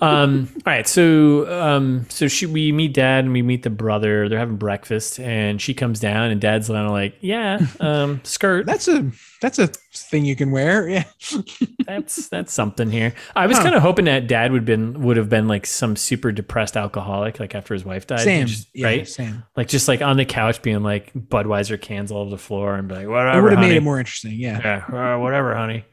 B: Um, all right, so um, so she we meet dad and we meet the brother. They're having breakfast and she comes down and dad's kind of like, yeah, um, skirt.
A: That's a that's a thing you can wear. Yeah,
B: that's that's something here. I was
A: Huh.
B: kind of hoping that dad would been would have been like some super depressed alcoholic, like after his wife died,
A: Sam.
B: just-
A: yeah,
B: right?
A: Sam.
B: Like just like on the couch, being like Budweiser cans all over the floor, and be like,
A: It
B: whatever.
A: would have made
B: honey."
A: it more interesting. Yeah,
B: Yeah, uh, whatever, honey.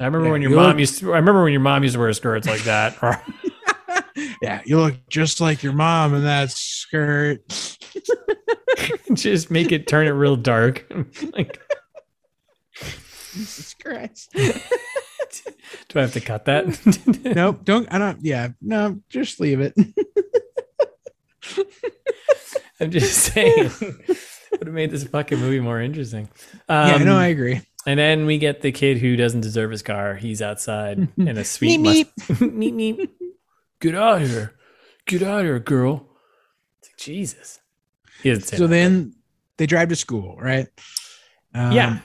B: I remember
A: Yeah,
B: when your
A: you
B: mom
A: look-
B: used. To, I remember when your mom used to wear skirts like that.
A: yeah. You look just like your mom in that skirt.
B: Just make it turn it real dark. like,
A: Jesus Christ.
B: do I have to cut that?
A: nope. Don't. I don't. Yeah. No. Just leave it.
B: I'm just saying. Would have made this fucking movie more interesting. Um,
A: yeah. No. I agree.
B: and then we get the kid who doesn't deserve his car. He's outside in a sweet
A: Meep, meep.
B: meep meep. Get out of here! Get out of here, girl! It's like, Jesus. He doesn't say
A: so
B: that.
A: then they drive to school, right? Um,
B: yeah,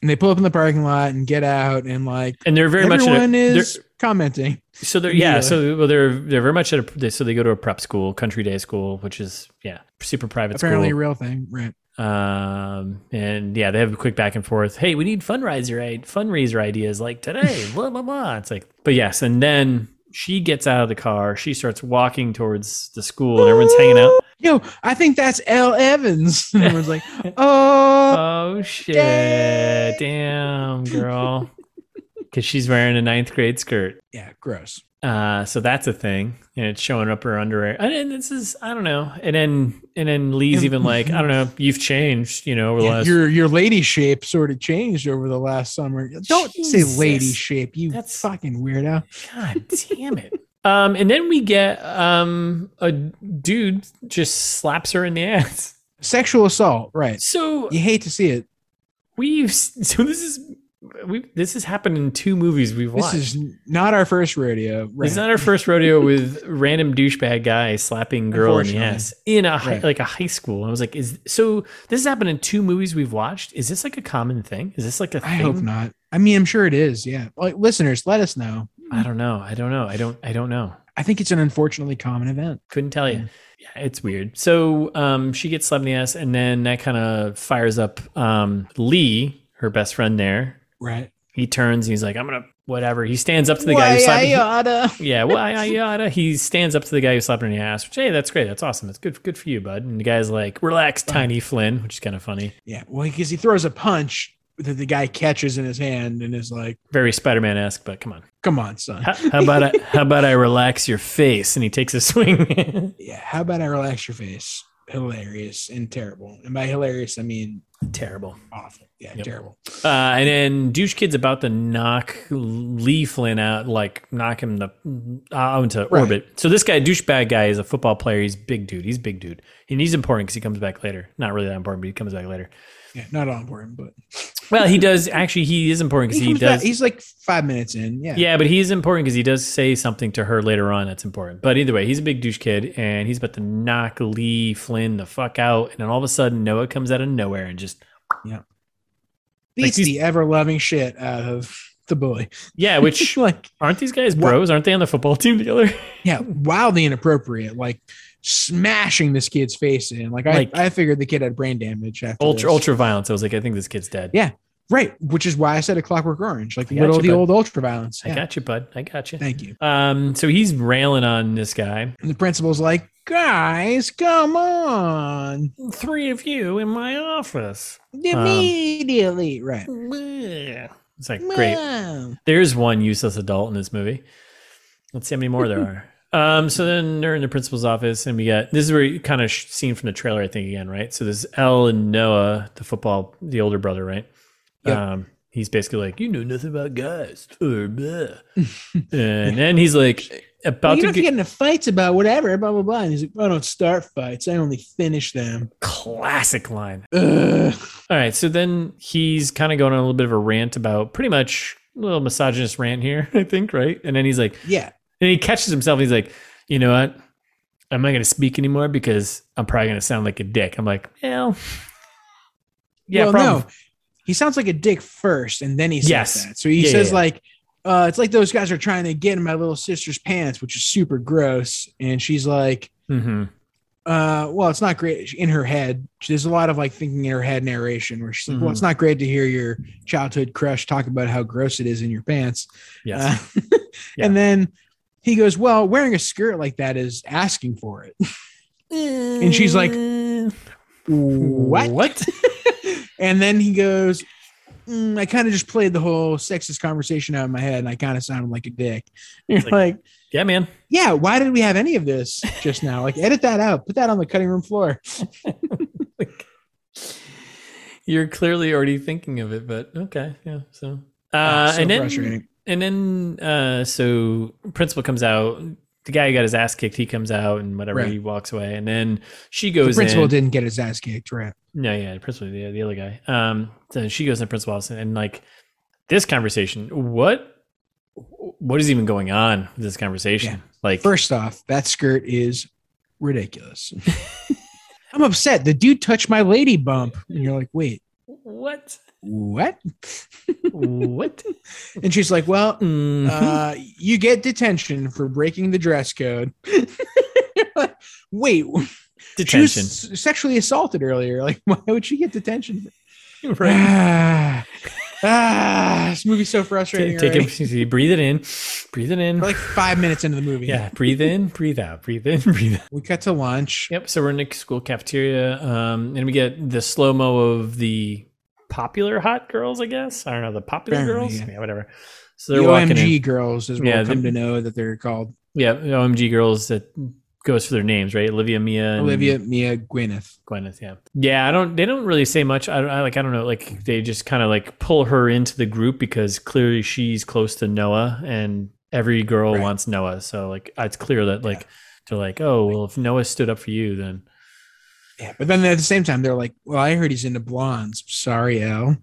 A: and they pull up in the parking lot and get out and like
B: and they're very much in
A: everyone
B: a, they're-
A: is commenting.
B: So they're yeah,
A: Yeah.
B: So well, they're they're very much at a they- so they go to a prep school, country day school, which is yeah, super private
A: Apparently, a
B: school.
A: real thing, right?
B: Um, and yeah, they have a quick back and forth. Hey, we need fundraiser i- fundraiser ideas like today. blah blah blah. It's like, but yes, and then she gets out of the car. She starts walking towards the school, and everyone's hanging out.
A: Yo, I think that's L. Evans. And everyone's like, oh,
B: Oh shit!
A: Dang.
B: Damn, girl, because she's wearing a ninth grade skirt.
A: yeah, gross.
B: Uh, so that's a thing, and it's showing up her underwear. And then this is, I don't know. And then, and then Lee's
A: And-
B: even like, I don't know, you've changed, you know, over the
A: Yeah,
B: last.
A: your your lady shape sort of changed over the last summer. Don't
B: Jesus.
A: say lady shape, you
B: That's-
A: fucking weirdo.
B: God damn it. Um, and then we get um a dude just slaps her in the ass.
A: Sexual assault, right?
B: So
A: You hate to see it.
B: we've so this is we this has happened in two movies we've
A: This
B: watched.
A: is not our first rodeo. Right?
B: It's not our first rodeo with random douchebag guy slapping girl in the
A: Unfortunately.
B: ass in a high,
A: Right.
B: like a high school. I was like, is so this has happened in two movies we've watched. Is this like a common thing? Is this like a
A: I
B: thing?
A: hope not. I mean, I'm sure it is. Yeah. Like listeners, let us know.
B: I don't know. I don't know. I don't I don't know.
A: I think it's an unfortunately common event.
B: Couldn't tell you.
A: Mm.
B: Yeah, it's weird. So um she gets slapped in the ass and then that kind of fires up um Lee, her best friend there.
A: Right.
B: He turns and he's like, I'm gonna whatever. He stands up to the guy who slapped
A: uh,
B: him. Yeah, well, I, I, yada. He stands up to the guy who slapped her in the ass. Which, hey, that's great. That's awesome. That's good. Good for you, bud. And the guy's like, "Relax, Tiny Flynn," which is kind of funny.
A: Yeah. Well, because he throws a punch that the guy catches in his hand and is like,
B: Very Spider-Man esque, but come on.
A: come on, son.
B: How, how about I, how about I relax your face? And he takes a swing.
A: yeah. How about I relax your face? Hilarious and terrible. And by hilarious, I mean
B: Terrible.
A: awful. Yeah.
B: Yep.
A: Terrible.
B: Uh, and then douche kid's about to knock Lee Flynn out, like knock him the out into
A: Right.
B: orbit. So this guy, douchebag guy, is a football player. He's big dude. He's big dude, and he's important because he comes back later. Not really that important, but he comes back later.
A: Yeah. Not all important, but
B: Well, he does actually. He is important because
A: he
B: he,
A: comes
B: does.
A: back- he's like five minutes in. Yeah.
B: Yeah, but he's important because he does say something to her later on that's important. But either way, he's a big douche kid and he's about to knock Lee Flynn the fuck out. And then all of a sudden, Noah comes out of nowhere and just,
A: Beats
B: he's-
A: the ever loving shit out of the bully.
B: yeah, which
A: like,
B: aren't these guys
A: What?
B: bros? Aren't they on the football team together?
A: yeah, wildly inappropriate, like smashing this kid's face in. Like I,
B: Like-
A: I figured the kid had brain damage after
B: ultra,
A: this.
B: ultra violence. I was like, I think this kid's dead.
A: Yeah, right, which is why I said a Clockwork Orange, like
B: I
A: the
B: got
A: little
B: you,
A: the
B: bud.
A: old ultra violence.
B: I got you, bud. I got you.
A: Thank you.
B: Um, so he's railing on this guy.
A: And the principal's like, guys, come on,
B: Um, Three of you in my office.
A: immediately, right?
B: Bleh. It's like, great.
A: Mom.
B: There's one useless adult in this movie. Let's see how many more there are. Um, so then they're in the principal's office, and we got this is where you kind of sh- seen from the trailer, I think, again, right? So this is L and Noah, the football, the older brother, right?
A: Yep.
B: Um, he's basically like, you know nothing about guys, or blah. and then he's like
A: Well,
B: about
A: you
B: to
A: don't
B: get
A: get into fights about whatever, blah blah blah. And he's like, I don't start fights, I only finish them.
B: classic line.
A: Ugh.
B: All right, so then he's kind of going on a little bit of a rant about pretty much a little misogynist rant here, I think, right? And then he's like.
A: Yeah,
B: And he catches himself. And he's like, you know what? I'm not going to speak anymore because I'm probably going to sound like a dick. I'm like, well, yeah,
A: well,
B: problem.
A: no. He sounds like a dick first, and then he says
B: Yes.
A: that. So he
B: Yeah,
A: says
B: yeah, yeah.
A: like, uh, "It's like those guys are trying to get in my little sister's pants," which is super gross. And she's like,
B: Mhm.
A: uh, "Well, it's not great." In her head, there's a lot of like thinking in her head narration where she's like,
B: Mhm.
A: "Well, it's not great to hear your childhood crush talk about how gross it is in your pants."
B: Yes.
A: Uh,
B: Yeah.
A: And then he goes, "Well, wearing a skirt like that is asking for it." Uh, and she's like, "What?"
B: What?
A: and then he goes, "Mm, I kind of just played the whole sexist conversation out in my head, and I kind of sounded like a dick. You're
B: Like-
A: like,
B: yeah, man.
A: yeah, why did we have any of this just now? Like, edit that out, put that on the cutting room floor.
B: You're clearly already thinking of it, but okay. Yeah. So, uh,
A: Oh, so
B: and then,
A: frustrating.
B: and then, uh, so principal comes out. The guy who got his ass kicked, he comes out and whatever,
A: Right.
B: he walks away. And then she
A: The
B: goes
A: principal
B: in.
A: didn't get his ass kicked, right?
B: No, yeah, the principal, the, the other guy. Um, so she goes in the principal office and, like this conversation, what, what is even going on with this conversation? Like,
A: First off, that skirt is ridiculous. I'm upset. The dude touched my lady bump, and you're like, wait,
B: what?
A: what?
B: what?
A: And she's like, well,
B: Mhm.
A: uh, you get detention for breaking the dress code. Wait, she was
B: Detention.
A: s- sexually assaulted earlier. Like, why would she get detention?
B: right.
A: Ah, ah, this movie's so frustrating.
B: Take
A: already.
B: it. Breathe it in. Breathe it in.
A: We're like five minutes into the movie.
B: Yeah. Breathe in. Breathe out. Breathe in. Breathe out.
A: We cut to lunch.
B: Yep. So we're in the school cafeteria, um, and we get the slow mo of the popular hot girls. I guess I don't know the popular
A: Apparently,
B: girls.
A: yeah.
B: Yeah. whatever. So they're
A: the
B: walking
A: OMG
B: in.
A: girls is what
B: Yeah,
A: we come
B: the-
A: to know that they're called
B: Yeah, the OMG girls that goes for their names, right? Olivia, Mia, and
A: Olivia, Mia, Gwyneth.
B: Gwyneth. Yeah. Yeah. I don't. They don't really say much. I, don't- I like. I don't know. Like they just kind of like pull her into the group because clearly she's close to Noah, and every girl
A: Right.
B: wants Noah. So like it's clear that like they're like, oh well, if Noah stood up for you, then
A: Yeah, but then at the same time, they're like, "Well, I heard he's into blondes." Sorry, L.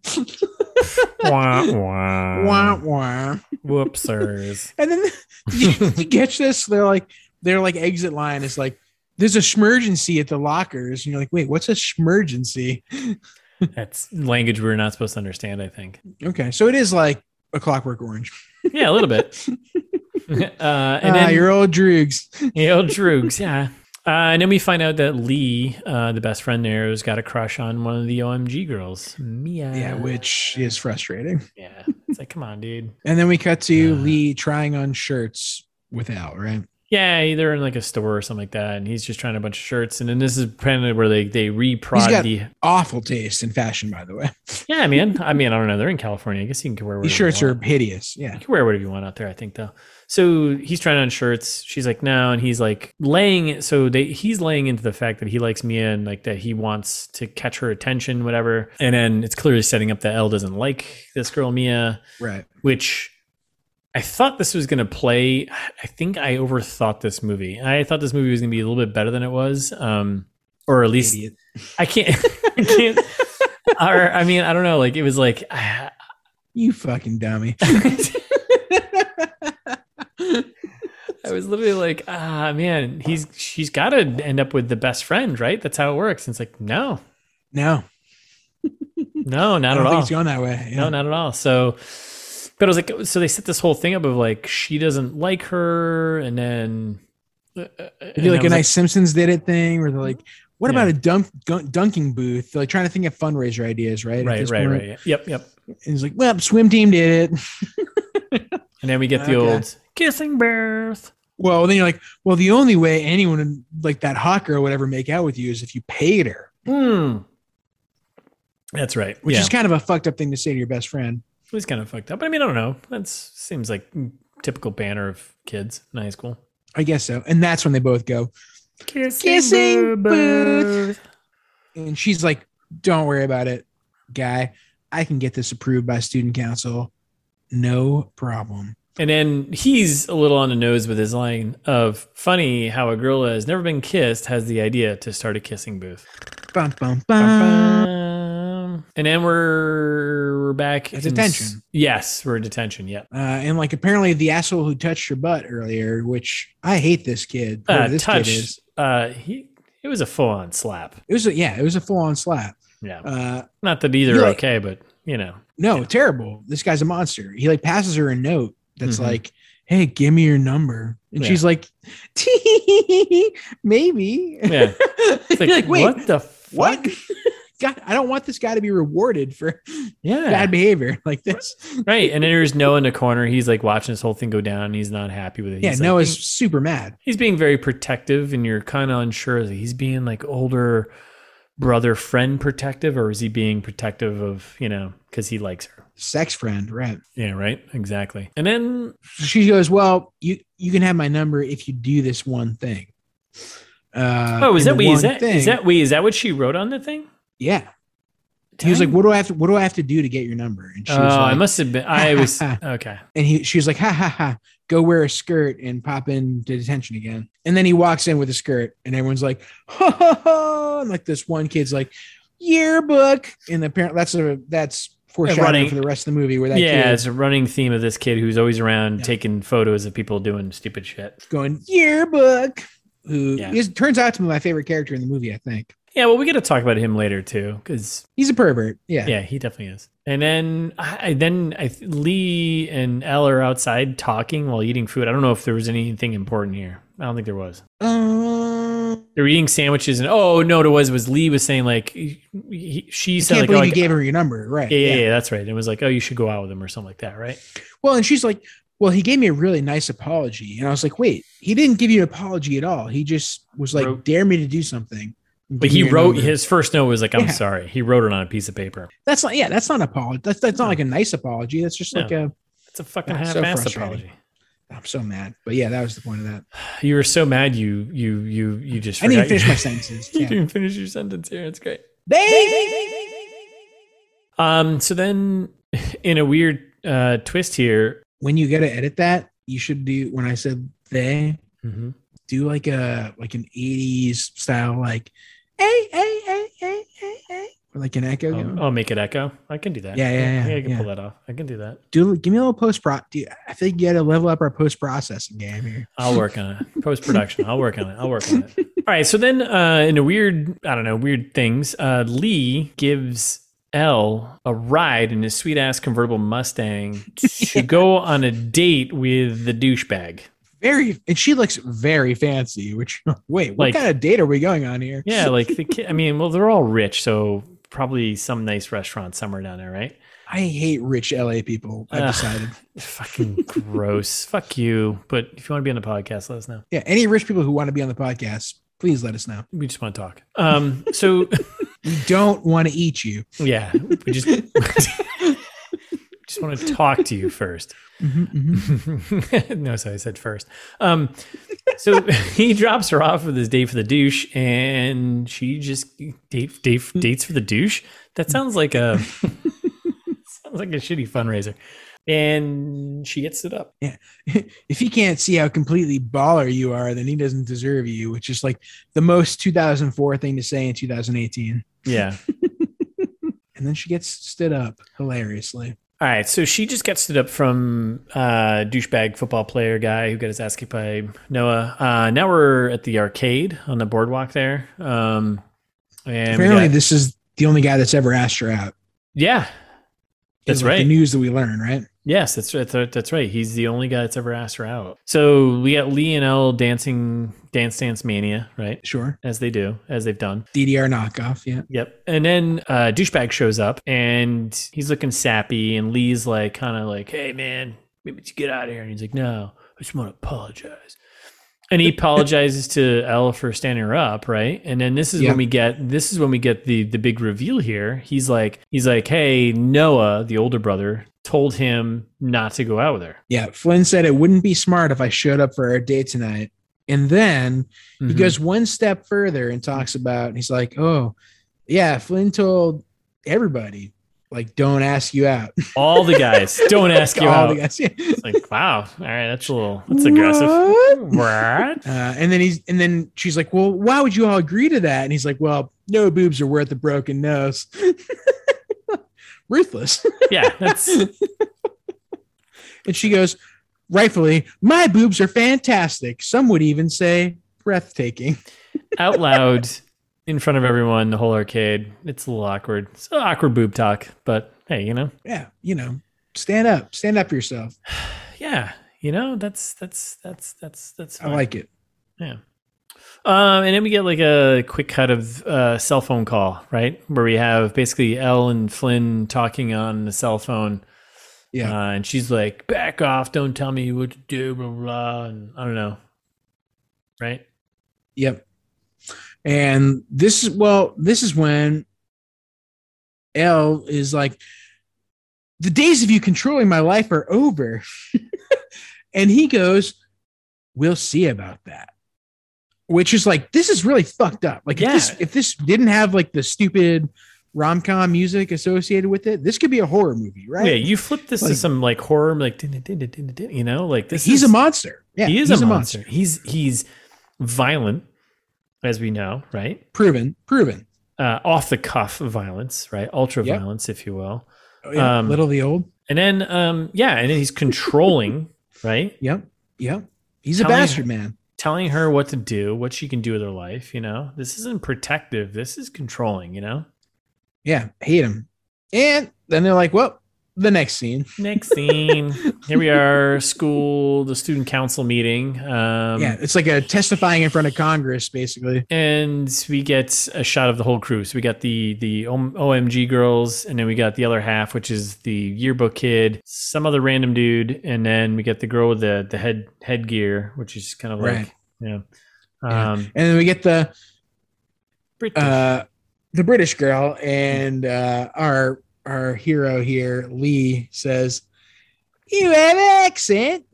B: wah
A: Wah
B: wah
A: wah.
B: whoopsers.
A: And then you catch this? They're like, their like exit line is like, "There's a schmergency at the lockers," and you're like, "Wait, what's a schmergency?"
B: That's language we're not supposed to understand, I think.
A: Okay, so it is like a Clockwork Orange.
B: Yeah, a little bit. uh, and
A: ah,
B: then
A: your old droogs.
B: Yeah, old Droogs, yeah. Uh, and then we find out that Lee, uh, the best friend there, has got a crush on one of the OMG girls, Mia.
A: Yeah, which Uh, is frustrating.
B: yeah, it's like, come on, dude.
A: And then we cut to
B: Yeah.
A: Lee trying on shirts with Al, right?
B: Yeah, either in like a store or something like that, and he's just trying a bunch of shirts. And then this is apparently where they they reprod
A: He's got-
B: the.
A: Awful taste in fashion, by the way.
B: Yeah, man. I mean, I don't know. They're in California. I guess you can wear.
A: These
B: whatever you
A: shirts are
B: want.
A: hideous. Yeah.
B: You can wear whatever you want out there, I think, though. So he's trying on shirts. She's like, no, and he's like laying. So they, he's laying into the fact that he likes Mia and like that he wants to catch her attention, whatever. And then it's clearly setting up that L doesn't like this girl Mia,
A: Right.
B: which I thought this was gonna play. I think I overthought this movie. I thought this movie was gonna be a little bit better than it was, um, or at least
A: Idiot.
B: I can't. I can't. or I mean, I don't know. Like it was like. I-
A: You fucking dummy.
B: I was literally like, ah, man, he's she's got to end up with the best friend, right? That's how it works. And it's like, no,
A: No,
B: no,
A: I
B: not
A: don't
B: at
A: think
B: all.
A: it's going that way.
B: No, not at all. So, but I was like, so they set this whole thing up of like she doesn't like her, and then uh,
A: It'd be like a nice Simpsons did it thing where they're like, what
B: Yeah.
A: about a dunk, gun- dunking booth? They're like trying to think of fundraiser ideas, right? At
B: right,
A: this
B: right,
A: point.
B: right. Yep, yep.
A: And he's like, well, swim team did it.
B: And then we get
A: Okay.
B: the old kissing birth.
A: Well, then you're like, well, the only way anyone in- like that hot girl would ever make out with you is if you paid her,
B: Hmm. That's right.
A: which
B: yeah.
A: is kind of a fucked up thing to say to your best friend.
B: It was kind of fucked up. But I mean, I don't know. That seems like typical banner of kids in high school.
A: I guess so. And that's when they both go.
B: Kissing,
A: Kissing booth. And she's like, don't worry about it, guy. I can get this approved by student council. No problem.
B: And then he's a little on the nose with his line of funny how a girl that has never been kissed has the idea to start a kissing booth.
A: Bum, bum, bum.
B: Bum, bum. And then we're, we're back
A: At
B: in
A: detention.
B: s- yes, we're in detention. Yep.
A: Uh, and like apparently the asshole who touched your butt earlier, which I hate this kid. whoever
B: Uh,
A: this
B: touch.
A: kid is.
B: Uh, he it was a full on slap.
A: It was a, yeah, it was a full on slap.
B: Yeah.
A: Uh,
B: Not that either
A: you
B: are
A: like-
B: okay, but you know.
A: no, terrible. This guy's a monster. He like passes her a note that's
B: Mhm.
A: like, "Hey, give me your number," and
B: Yeah.
A: she's like, "Maybe."
B: Yeah.
A: You're
B: It's like,
A: like, wait, what?
B: what the fuck?
A: God, I don't want this guy to be rewarded for
B: Yeah.
A: bad behavior like this.
B: Right. And then there's Noah in the corner. He's like watching this whole thing go down. And he's not happy with it.
A: yeah,
B: he's like,
A: Noah's super mad.
B: he's being very protective, and you're kind of unsure. Is He's being like older brother friend protective, or is he being protective of, you know, because he likes her?
A: Sex friend, right?
B: Yeah, right. Exactly. And then,
A: she goes, "Well, you you can have my number if you do this one thing." Uh,
B: oh, is
A: and
B: that
A: the
B: wait? Is
A: one
B: that,
A: thing-
B: is that wait? Is that what she wrote on the thing?
A: yeah? He was like, "What do I have to What do I have to do to get your number?" And she
B: Oh,
A: was
B: I
A: like,
B: must have been. I was okay.
A: and he she was like, "Ha ha ha! Go wear a skirt and pop into detention again." And then he walks in with a skirt, and everyone's like, "Ha ha ha!" And like this one kid's like, "Yearbook," and apparently that's a that's foreshadowing
B: Running.
A: for the rest of the movie where that
B: yeah,
A: kid's
B: it's a running theme of this kid who's always around
A: Yeah.
B: taking photos of people doing stupid shit.
A: going yearbook. Who
B: Yeah.
A: is turns out to be my favorite character in the movie, I think.
B: Yeah, well, we got to talk about him later too, because
A: He's a pervert. Yeah.
B: yeah, he definitely is. And then, I, I- then I, th- Lee and Elle are outside talking while eating food. I don't know if there was anything important here. I don't think there was.
A: Um,
B: They're eating sandwiches, and oh no, it was was Lee was saying like he, he- she
A: you
B: said
A: can't
B: like,
A: believe
B: oh,
A: you
B: like
A: gave her your number, right?
B: yeah, yeah, yeah, that's right. It was like oh, you should go out with him or something like that, right?
A: Well, and she's like, "Well, he gave me a really nice apology," and I was like, "Wait, he didn't give you an apology at all. He just was like,
B: Wrote-
A: dare me to do something."
B: But he wrote
A: his.
B: his first note was like I'm
A: Yeah.
B: sorry. He wrote it on a piece of paper.
A: That's not yeah, that's not an apology. That's that's not
B: No.
A: like a nice apology. That's just like a
B: It's a fucking
A: Yeah, so
B: half-assed
A: frustrating.
B: apology.
A: I'm so mad. But yeah, that was the point of that.
B: You were so mad you you you you just
A: I didn't even
B: forgot-
A: finish my sentences.
B: you
A: Yeah.
B: didn't finish your sentence here. It's great.
A: They-
B: Um. So then, in a weird uh, twist here,
A: when you gotta edit that, you should do when I said they do like a like an 80s style like hey hey hey hey hey hey or like an echo. you
B: I'll,
A: know?
B: I'll make it echo. I can do that.
A: Yeah, yeah, yeah,
B: I can
A: yeah.
B: pull that off. I can do that.
A: Do give me a little post pro. Dude, I think you gotta level up our post processing game here.
B: I'll work on it. Post production. I'll work on it. I'll work on it. All right. So then, uh, in a weird, I don't know, weird things, uh, Lee gives L a ride in his sweet ass convertible Mustang to go on a date with the douchebag.
A: Very and she looks very fancy. Which wait, what
B: Like-
A: kind of date are we going on here?
B: Yeah, like the kid. I mean, well, they're all rich, so probably some nice restaurant somewhere down there, right?
A: I hate rich LA people. I've
B: Ugh.
A: decided.
B: Fucking gross. Fuck you. But if you want to be on the podcast, let us know.
A: Yeah, any rich people who want to be on the podcast, please let us know.
B: We just want to talk. Um. So
A: We don't want to eat you.
B: yeah, we just just want to talk to you first. Mm-hmm, no, so I said first. Um. So he drops her off with his date for the douche, and she just date, date dates for the douche. That sounds like a sounds like a shitty fundraiser. And she gets it up.
A: If he can't see how completely baller you are, then he doesn't deserve you, which is like the most 2004 thing to say in 2018.
B: Yeah.
A: And then she gets stood up hilariously.
B: All right, so she just got stood up from uh, douchebag football player guy who got his ass kicked by Noah. Uh, now we're at the arcade on the boardwalk there, um, and we
A: Apparently,
B: got-
A: this is the only guy that's ever asked her out.
B: yeah,
A: Is,
B: That's
A: like,
B: right.
A: The news that we learn, right?
B: yes, that's right, that's that's right. He's the only guy that's ever asked her out. So we got Lee and L dancing dance dance mania, right?
A: Sure.
B: As they do, as they've done.
A: DDR knockoff. Yeah.
B: Yep. And then uh, douchebag shows up and he's looking sappy, and Lee's like, kind of like, "Hey, man, maybe you get out of here." And he's like, "No, I just want to apologize." And he apologizes to Elle for standing her up, right? And then this is
A: Yeah.
B: when we get this is when we get the the big reveal here. He's like, he's like, "Hey, Noah, the older brother, told him not to go out with her."
A: Yeah. Flynn said it wouldn't be smart if I showed up for our date tonight. And then He
B: Mhm.
A: goes one step further and talks about he's like, "Oh, yeah, Flynn told everybody like don't ask you out."
B: all the guys don't ask you
A: All
B: out.
A: the guys.
B: It's like, wow, all right, that's a little that's aggressive.
A: What?
B: What?
A: Uh, and then he's and then she's like, "Well, why would you all agree to that?" And he's like, "Well, no boobs are worth a broken nose." Ruthless.
B: Yeah, that's
A: And she goes, "Rightfully, my boobs are fantastic. Some would even say breathtaking."
B: out loud in front of everyone, the whole arcade. It's a little awkward. It's an awkward boob talk, but hey, you know,
A: Yeah, you know, stand up, stand up for yourself.
B: yeah, you know, that's that's that's that's that's.
A: I like it.
B: Um, and then we get like a quick cut of uh, cell phone call, right, where we have basically Elle and Flynn talking on the cell phone.
A: Yeah.
B: uh, and she's like, "Back off! Don't tell me what to do." Blah blah. blah," And I don't know, right?
A: Yep. And this is well, this is when L is like, the days of you controlling my life are over. and he goes, We'll see about that. Which is like, this is really fucked up. Like if this
B: Yeah.
A: if this didn't have like the stupid rom com music associated with it, this could be a horror movie, right?
B: Yeah, you flip this to
A: Like-
B: some like horror, like "Dun, dun, dun, dun, dun, dun," you know, like this.
A: he's
B: is,
A: a monster. Yeah,
B: he is
A: he's
B: a monster. He's he's violent, as we know, right?
A: Proven, proven.
B: Uh, off the cuff violence, right? Ultra
A: Yep.
B: violence, if you will.
A: Oh, yeah.
B: Um,
A: Little the old.
B: And then, um, yeah, and then he's controlling, right?
A: Yep. Yep. He's a
B: Tell me-
A: bastard man.
B: telling her what to do, what she can do with her life. You know, this isn't protective. This is controlling. You know,
A: Yeah, hate him. And then they're like, well, the next scene.
B: next scene. Here we are, school, the student council meeting. Um,
A: yeah, it's like a testifying in front of Congress, basically.
B: and we get a shot of the whole crew. So we got the the O- OMG girls, and then we got the other half, which is the yearbook kid, some other random dude, and then we get the girl with the the head headgear, which is kind of like
A: Right.
B: yeah,
A: Yeah.
B: um,
A: And then we get the
B: British.
A: uh the British girl and uh our our hero here, Lee, says, You have an accent.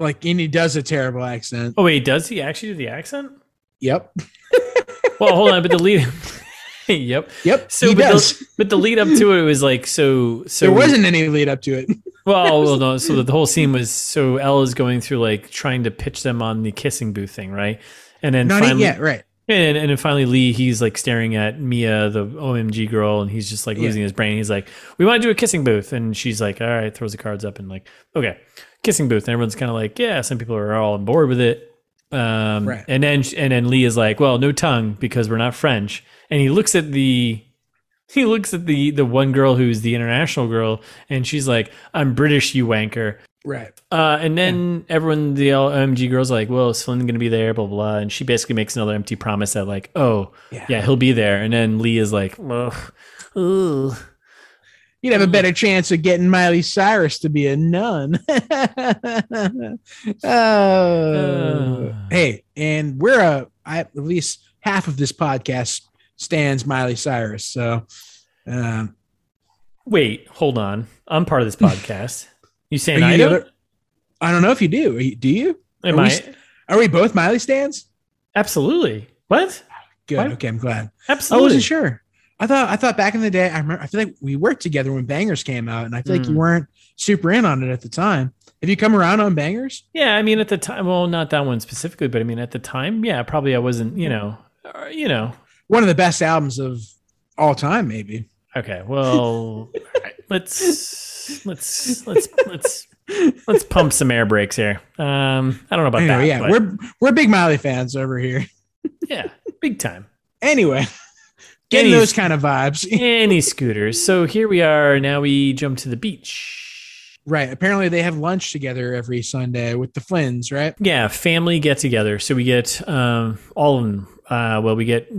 A: Like and he does a terrible accent.
B: oh wait, does he actually do the accent?
A: Yep.
B: Well, hold on, but the lead. yep,
A: Yep.
B: So,
A: he
B: but
A: does.
B: but the lead up to it was like so so
A: there wasn't any lead up to it.
B: Well, well, no. So the whole scene was so Ella's going through like trying to pitch them on the kissing booth thing, right? And then
A: Not
B: finally,
A: yet, right.
B: and and then finally Lee, he's like staring at Mia, the OMG girl, and he's just like
A: Yeah.
B: losing his brain. He's like, "We want to do a kissing booth," and she's like, "All right," throws the cards up and like, "Okay, kissing booth." And everyone's kind of like, "Yeah." Some people are all on board with it. Um,
A: Right.
B: And then and then Lee is like, "Well, no tongue because we're not French." And he looks at the he looks at the the one girl who's the international girl, and she's like, "I'm British, you wanker."
A: Right.
B: Uh, and then everyone, the OMG girls, are like, well, is Flynn gonna be there? Blah blah. And she basically makes another empty promise that, like, oh
A: Yeah.
B: yeah, he'll be there. And then Lee is like, well, ooh.
A: You'd
B: Mm.
A: have a better chance of getting Miley Cyrus to be a nun. oh.
B: Uh.
A: Hey, and we're a I, at least half of this podcast stands Miley Cyrus. So, um,
B: wait, hold on, I'm part of this podcast. You saying
A: Are you
B: I
A: the
B: don't?
A: other- I don't know if you do. Are you- Do you?
B: Am
A: are we
B: I?
A: s- Are we both Miley stands?
B: Absolutely. What?
A: Good.
B: Why-
A: Okay, I'm glad. I
B: Absolutely.
A: wasn't sure. I thought I thought back in the day. I remember. I feel like we worked together when Bangers came out, and I feel like you
B: Hmm.
A: weren't super in on it at the time. Have you come around on Bangers?
B: Yeah, I mean at the time, well, not that one specifically, but I mean at the time, yeah, probably I wasn't. You know, uh, you know.
A: one of the best albums of all time, maybe.
B: Okay, well, let's let's let's let's let's pump some air brakes here. Um, I don't know about
A: Anyway,
B: that.
A: yeah,
B: but
A: we're we're big Miley fans over here.
B: yeah, big time.
A: Anyway, getting
B: Any-
A: those kind of vibes,
B: Any scooters. So here we are. Now we jump to the beach.
A: right? Apparently, they have lunch together every Sunday with the Flynns, right?
B: Yeah, family get together. So we get um, all of them. Uh, well, we get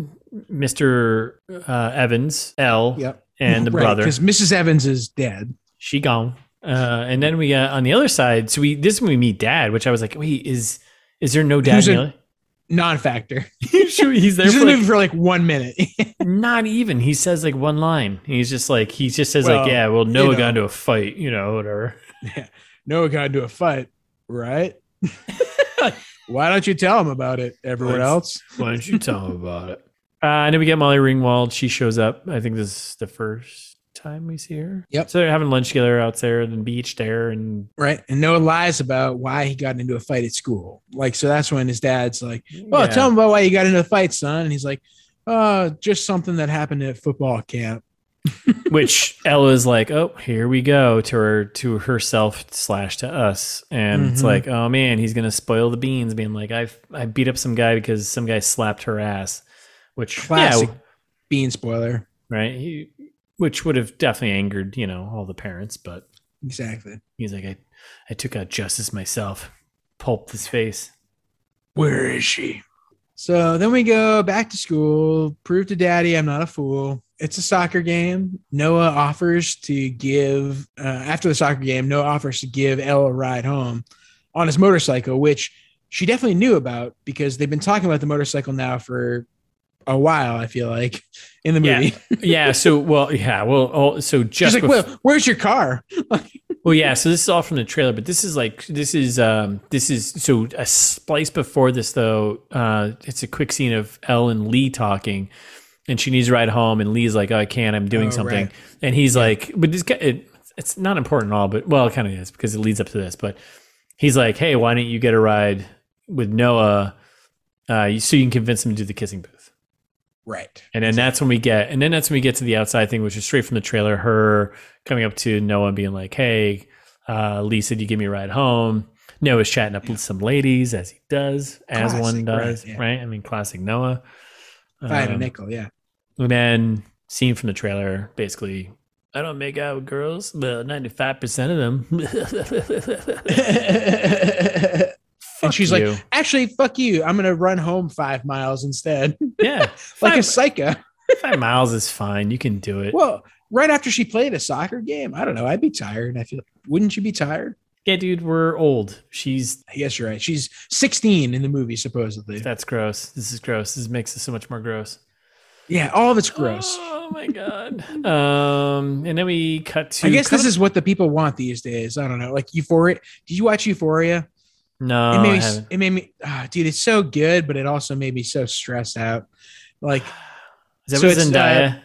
B: Mr. Uh, Evans, L,
A: Yep.
B: and the brother.
A: because Mrs. Evans is dead.
B: she gone. Uh, and then we uh, on the other side. So we this is when we meet Dad, which I was like, wait, is is there no dad?
A: Who's
B: in
A: a-
B: the
A: Non-factor.
B: other- he's there
A: He's in
B: for
A: the
B: like
A: movie for like one minute.
B: Not even. He says like one line. He's just like he just says
A: Well,
B: like, yeah, well, Noah
A: know.
B: got into a fight, you know, whatever.
A: Noah got into a fight, right? Why don't you tell him about it? Everyone else,
B: Why don't you tell him about it? Uh, and then we get Molly Ringwald. She shows up. I think this is the first time we see her.
A: Yep.
B: So they're having lunch together out there on the beach there, and
A: right? And Noah lies about why he got into a fight at school. Like, so that's when his dad's like. Well,
B: Yeah.
A: tell him about why you got into the fight, son. And he's like, uh, just something that happened at football camp.
B: which Ella's like, oh, here we go to her to herself slash to us, and it's
A: Mhm.
B: like, oh man, he's gonna spoil the beans, being like, I I beat up some guy because some guy slapped her ass, which yeah,
A: Classic bean spoiler.
B: right? He, which would have definitely angered, you know, all the parents. But
A: Exactly.
B: he's like, I, I took out justice myself. Pulped his face.
A: Where is she? So then we go back to school, prove to daddy I'm not a fool. It's a soccer game. Noah offers to give, uh, after the soccer game, Noah offers to give Ella a ride home on his motorcycle, which she definitely knew about because they've been talking about the motorcycle now for a while, I feel like, in the
B: Yeah.
A: movie.
B: yeah. So well, yeah. Well, oh, so just
A: She's like,
B: bef- well,
A: well, where's your car?
B: yeah. So this is all from the trailer, but this is like this is um this is so a splice before this though. Uh, it's a quick scene of Elle and Lee talking. And she needs to ride home, and Lee's like, "Oh, I can't. I'm doing
A: Oh,
B: something."
A: right.
B: And he's like, "But this guy, it, it's not important at all, but well, it kind of is because it leads up to this." But he's like, "Hey, why don't you get a ride with Noah, uh, so you can convince him to do the kissing booth?"
A: Right.
B: And then that's when we get, and then that's when we get to the outside thing, which is straight from the trailer. Her coming up to Noah and being like, "Hey, uh, Lee said you give me a ride home." Noah's chatting up with some ladies as he does, as
A: Classic,
B: one
A: right,
B: does, right?
A: yeah.
B: I mean, classic Noah.
A: Five
B: Um,
A: and nickel, yeah.
B: and then seen from the trailer, basically, I don't make out with girls, but ninety five percent of them.
A: And she's like,
B: you.
A: Actually, fuck you. I'm gonna run home five miles instead,
B: yeah,
A: like a
B: five,
A: psycho.
B: five miles is fine. You can do it.
A: Well, right after she played a soccer game, I don't know. I'd be tired. I feel. Wouldn't you be tired?
B: yeah, dude, we're old. She's
A: I guess you're right. She's 16 in the movie, supposedly.
B: that's gross. This is gross. This makes it so much more gross.
A: Yeah, all of it's gross.
B: Oh my god. um, and then we cut to.
A: I guess this
B: cut-
A: is what the people want these days. I don't know. Like Euphoria. Did you watch Euphoria?
B: no.
A: it
B: I
A: made me.
B: haven't.
A: It made me. ah, dude, it's so good, but it also made me so stressed out. Like
B: Is that
A: So
B: with
A: it's, uh,
B: Zendaya?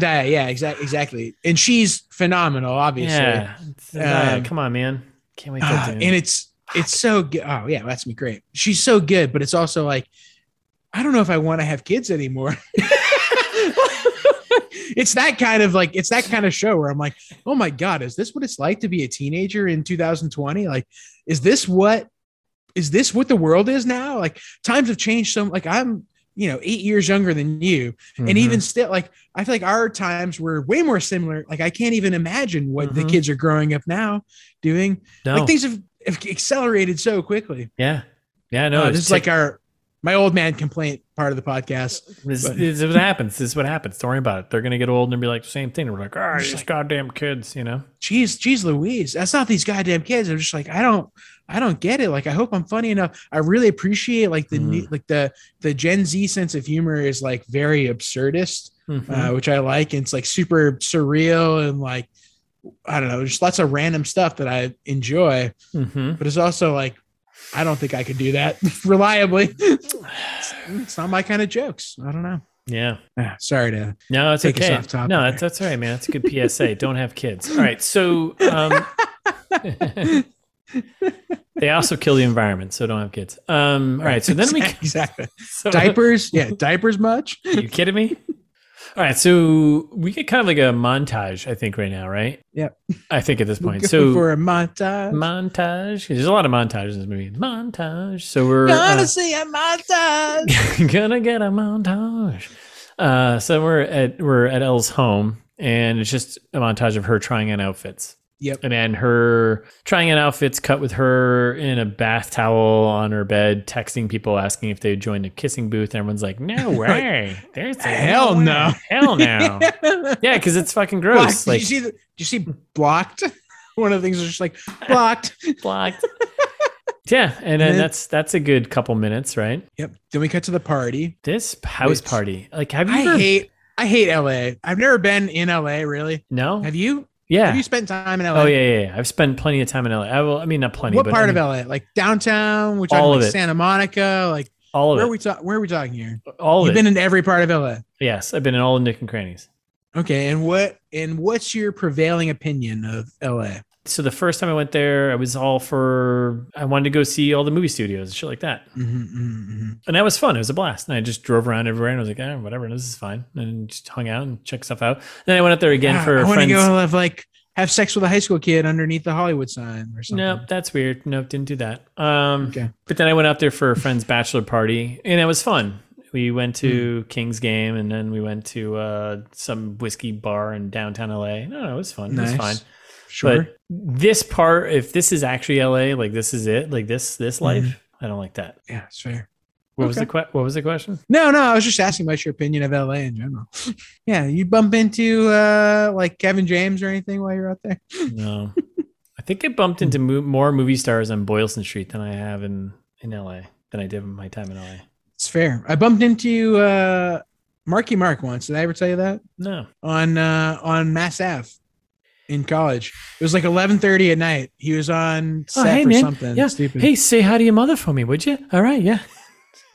A: Zendaya, yeah, exactly, exactly, and she's phenomenal, obviously.
B: yeah. Zendaya,
A: Um,
B: come on, man. Can't wait.
A: Ah,
B: to do
A: and it's it's so good. Oh yeah, that's me great. She's so good, but it's also like I don't know if I want to have kids anymore. it's that kind of like it's that kind of show where I'm like, oh my god, is this what it's like to be a teenager in 2020? Like, is this what is this what the world is now? Like times have changed so like I'm you know eight years younger than you and
B: Mhm.
A: even still like i feel like our times were way more similar like i can't even imagine what the
B: Mhm.
A: kids are growing up now doing
B: no.
A: like things have, have accelerated so quickly.
B: yeah. Yeah. No.
A: Uh,
B: it's
A: this is
B: tick-
A: like our my old man complaint part of the podcast.
B: This,
A: But-
B: this is what happens. This is what happens. Don't worry about it. They're gonna get old and be like the same thing. We're like, all right,
A: Just
B: these
A: like-
B: goddamn kids, you know.
A: Jeez, jeez, Louise, that's not these goddamn kids. I'm just like, I don't, I don't get it. Like, I hope I'm funny enough. I really appreciate like the
B: Mhm.
A: new like the the Gen Z sense of humor is like very absurdist,
B: Mhm.
A: uh, which I like. And it's like super surreal and like I don't know, just lots of random stuff that I enjoy.
B: Mhm.
A: But it's also like I don't think I could do that reliably. it's not my kind of jokes. I don't know.
B: Yeah.
A: Ah, sorry to.
B: No, it's
A: Take us
B: okay.
A: off topic
B: No,
A: there.
B: that's that's all right, man. That's a good PSA. Don't have kids. All right. So um, they also kill the environment, so don't have kids. Um, all right. So then we
A: exactly
B: so,
A: diapers. Yeah, diapers much.
B: Are you kidding me? All right, so we get kind of like a montage, I think, right now, right?
A: Yep.
B: I think at this
A: We'll
B: point.
A: go
B: so
A: for a montage.
B: montage. There's a lot of montages in this movie. Montage. So we're
A: Gonna
B: uh,
A: see a montage.
B: gonna get a montage. Uh, so we're at we're at Elle's home, and it's just a montage of her trying on outfits.
A: Yep.
B: And then her trying on outfits cut with her in a bath towel on her bed, texting people asking if they would join a kissing booth. And everyone's like, "No way! There's a
A: Hell
B: way.
A: no.
B: hell no!"
A: Blocked.
B: yeah, because it's fucking Oh. gross.
A: Did
B: Like
A: you see? The, did you see blocked? One of the things was just like blocked.
B: blocked. yeah, and then
A: Minutes.
B: that's that's a good couple minutes, right?
A: Yep. Then we cut to the party.
B: This house
A: Which-
B: party, like, have you?
A: I
B: ever-
A: hate. I hate LA. I've never been in LA. Really?
B: no.
A: Have you?
B: yeah.
A: Have you spent time in LA?
B: Oh yeah, yeah, yeah. I've spent plenty of time in LA. I will. I mean, not plenty.
A: what
B: but
A: part
B: I mean,
A: of LA? Like downtown? We're talking
B: All of
A: like
B: it.
A: Santa Monica. Like
B: All
A: where
B: of
A: are
B: it.
A: we talking? Where are we talking here?
B: all of
A: You've
B: it.
A: been in every part of LA.
B: yes, I've been in all the nook and crannies.
A: Okay, and what and what's your prevailing opinion of LA?
B: So the first time I went there, I was all for. I wanted to go see all the movie studios and shit like that,
A: Mm-hmm,
B: and that was fun. It was a blast, and I just drove around everywhere, and I was like, eh, whatever, this is fine, and just hung out and checked stuff out. Then I went up there again
A: Ah,
B: for
A: I want to
B: friends.
A: go have like have sex with a high school kid underneath the Hollywood sign or something.
B: Nope, that's weird. Nope, didn't do that. Um,
A: Okay.
B: But then I went out there for a friend's bachelor party, and it was fun. We went
A: Hmm.
B: to King's Game, and then we went to uh, some whiskey bar in downtown LA. No, no, it was fun. It was
A: Nice.
B: fine.
A: Sure.
B: But this part, if this is actually LA, like this is it, like this this life, I don't like that.
A: yeah, it's fair.
B: What was the
A: Hmm. Okay.
B: que- what was the question?
A: No, no, I was just asking about your opinion of LA in general. yeah, you bump into uh like Kevin James or anything while you're out there?
B: No, I think I bumped into mo- more movie stars on Boylston Street than I have in in LA than I did in my time in LA.
A: It's fair. I bumped into uh Marky Mark once. Did I ever tell you that?
B: No,
A: on uh, on Mass Ave in college. It was like eleven thirty at night. He was on
B: Oh,
A: set
B: hey,
A: for
B: man.
A: something
B: Yeah.
A: stupid.
B: Hey, say hi to your mother for me, would you? All right, yeah.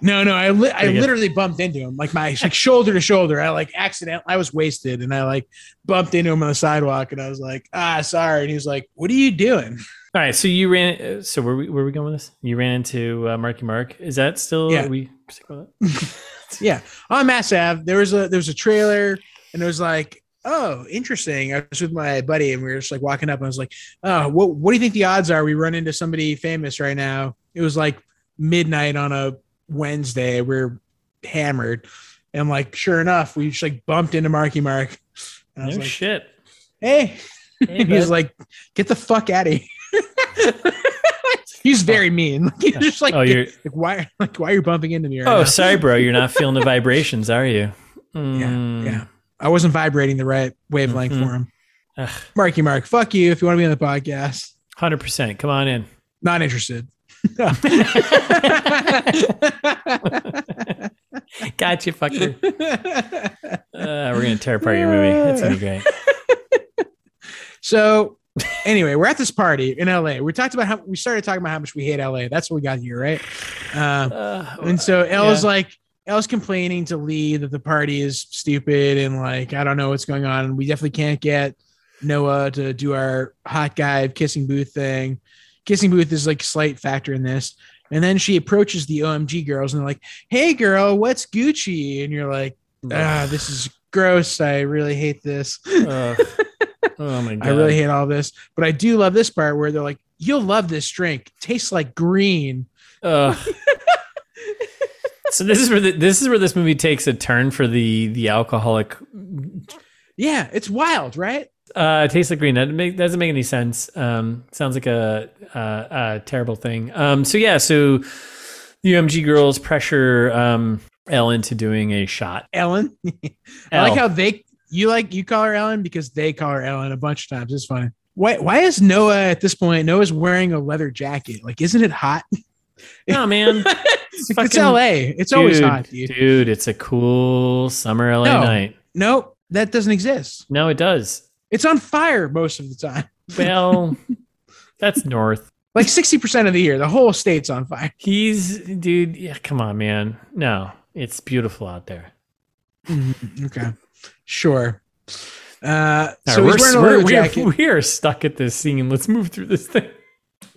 A: No, no, I li- I
B: Pretty good.
A: literally bumped into him like my like shoulder to shoulder. I like accident. I was wasted and I like bumped into him on the sidewalk and I was like, ah, sorry. And he was like, what are you doing?
B: All right, so you ran. uh, So where we where we going with this? You ran into uh, Marky Mark. Is that still?
A: Yeah.
B: Are we sticking with that?
A: Oh, On Mass Ave, there was a there was a trailer and it was like oh, interesting. I was with my buddy and we were just like walking up and I was like, oh, what, what do you think the odds are we run into somebody famous right now? It was like midnight on a Wednesday. We are hammered. And like, sure enough, we just like bumped into Marky Mark. And I was
B: No
A: like,
B: shit.
A: hey.
B: Hey,
A: And he's
B: bud.
A: like, get the fuck out of here. he's very mean. Like, he's just like,
B: oh, you're.
A: like, why, like, why are you bumping into me right
B: Oh,
A: now?
B: sorry, bro. You're not feeling the vibrations, are you? Mm.
A: yeah. I wasn't vibrating the right wavelength
B: Mhm.
A: for him.
B: Ugh.
A: Marky Mark, fuck you if you want to be on the podcast.
B: Hundred percent. Come on in.
A: Not interested.
B: Gotcha, fucker. Uh, we're gonna tear apart your movie. That's gonna be great.
A: so, anyway, we're at this party in LA. We talked about how we started talking about how much we hate LA. That's what we got here, right? Um,
B: Uh,
A: And so Elle's like, Elle's complaining to Lee that the party is stupid and like, I don't know what's going on. We definitely can't get Noah to do our hot guy kissing booth thing. Kissing booth is like slight factor in this. And then she approaches the OMG girls and they're like, Hey girl, what's Gucci? And you're like, ah, this is gross. I really hate this.
B: Ugh. uh, oh my god.
A: I really hate all this. But I do love this part where they're like, You'll love this drink. Tastes like green.
B: Ugh. so this is where the, this is where this movie takes a turn for the the alcoholic.
A: Yeah, it's wild, right?
B: Uh, taste like green. That make, doesn't make any sense. Um, sounds like a, a, a terrible thing. Um, so yeah. So the UMG girls pressure um L into doing a shot.
A: Ellen. I
B: L.
A: like how they you like you call her Ellen because they call her Ellen a bunch of times. It's funny. Why why is Noah at this point? Noah's wearing a leather jacket. Like, isn't it hot?
B: No man.
A: Like, it's
B: fucking-
A: LA. It's always
B: Dude,
A: hot, dude.
B: Dude, it's a cool summer LA
A: No.
B: night.
A: Nope, that doesn't exist.
B: No, it does.
A: It's on fire most of the time.
B: Well, that's north.
A: Like 60% of the year, the whole state's on fire.
B: He's dude. Yeah, come on, man. No, it's beautiful out there.
A: Okay. Sure. Uh
B: Mm-hmm. All
A: so
B: right,
A: he's wearing a
B: we're,
A: leather
B: we're,
A: jacket.
B: we are stuck at this scene. Let's move through this thing.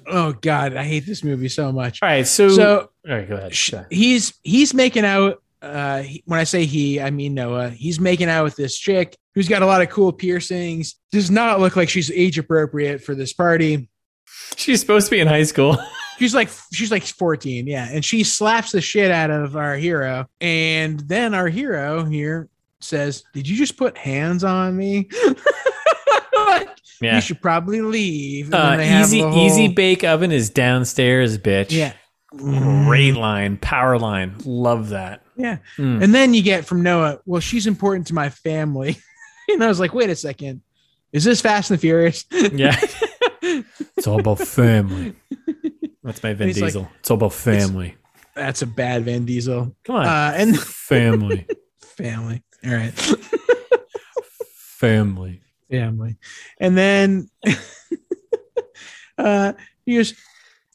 A: Oh god, I hate this movie so much.
B: All right. So,
A: So
B: all right, go ahead.
A: sh-
B: Sorry.
A: he's he's making out uh he- when i say he i mean noah he's making out with this chick who's got a lot of cool piercings does not look like she's age appropriate for this party
B: She's supposed to be in high school.
A: she's like she's like 14 yeah and she slaps the shit out of our hero and then our hero here says did you just put hands on me
B: Yeah.
A: you should probably leave And then
B: Uh,
A: they have
B: easy,
A: the whole-
B: easy bake oven is downstairs, bitch.
A: yeah
B: Great line, power line. Love that.
A: Yeah.
B: Mm.
A: And then you get from Noah, well, she's important to my family. and I was like, wait a second. Is this Fast and the Furious?
B: Yeah. it's all about family. That's my Vin
A: He's like,
B: Diesel. it's all about family.
A: That's a bad Van Diesel.
B: Come on.
A: Uh, and
B: family.
A: family. All right.
B: Family.
A: family. And then uh he goes,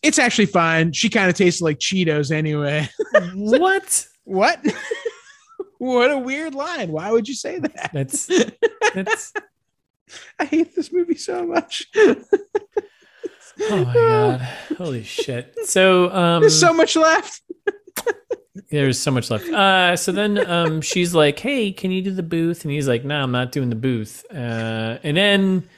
A: it's actually fine. She kind of tasted like Cheetos anyway.
B: what?
A: what? what a weird line. Why would you say that?
B: That's that's
A: I hate this movie so much.
B: oh my god. Holy shit. So um
A: There's so much left.
B: there's so much left. Uh so then um she's like, Hey, can you do the booth? And he's like, No, I'm not doing the booth. Uh and then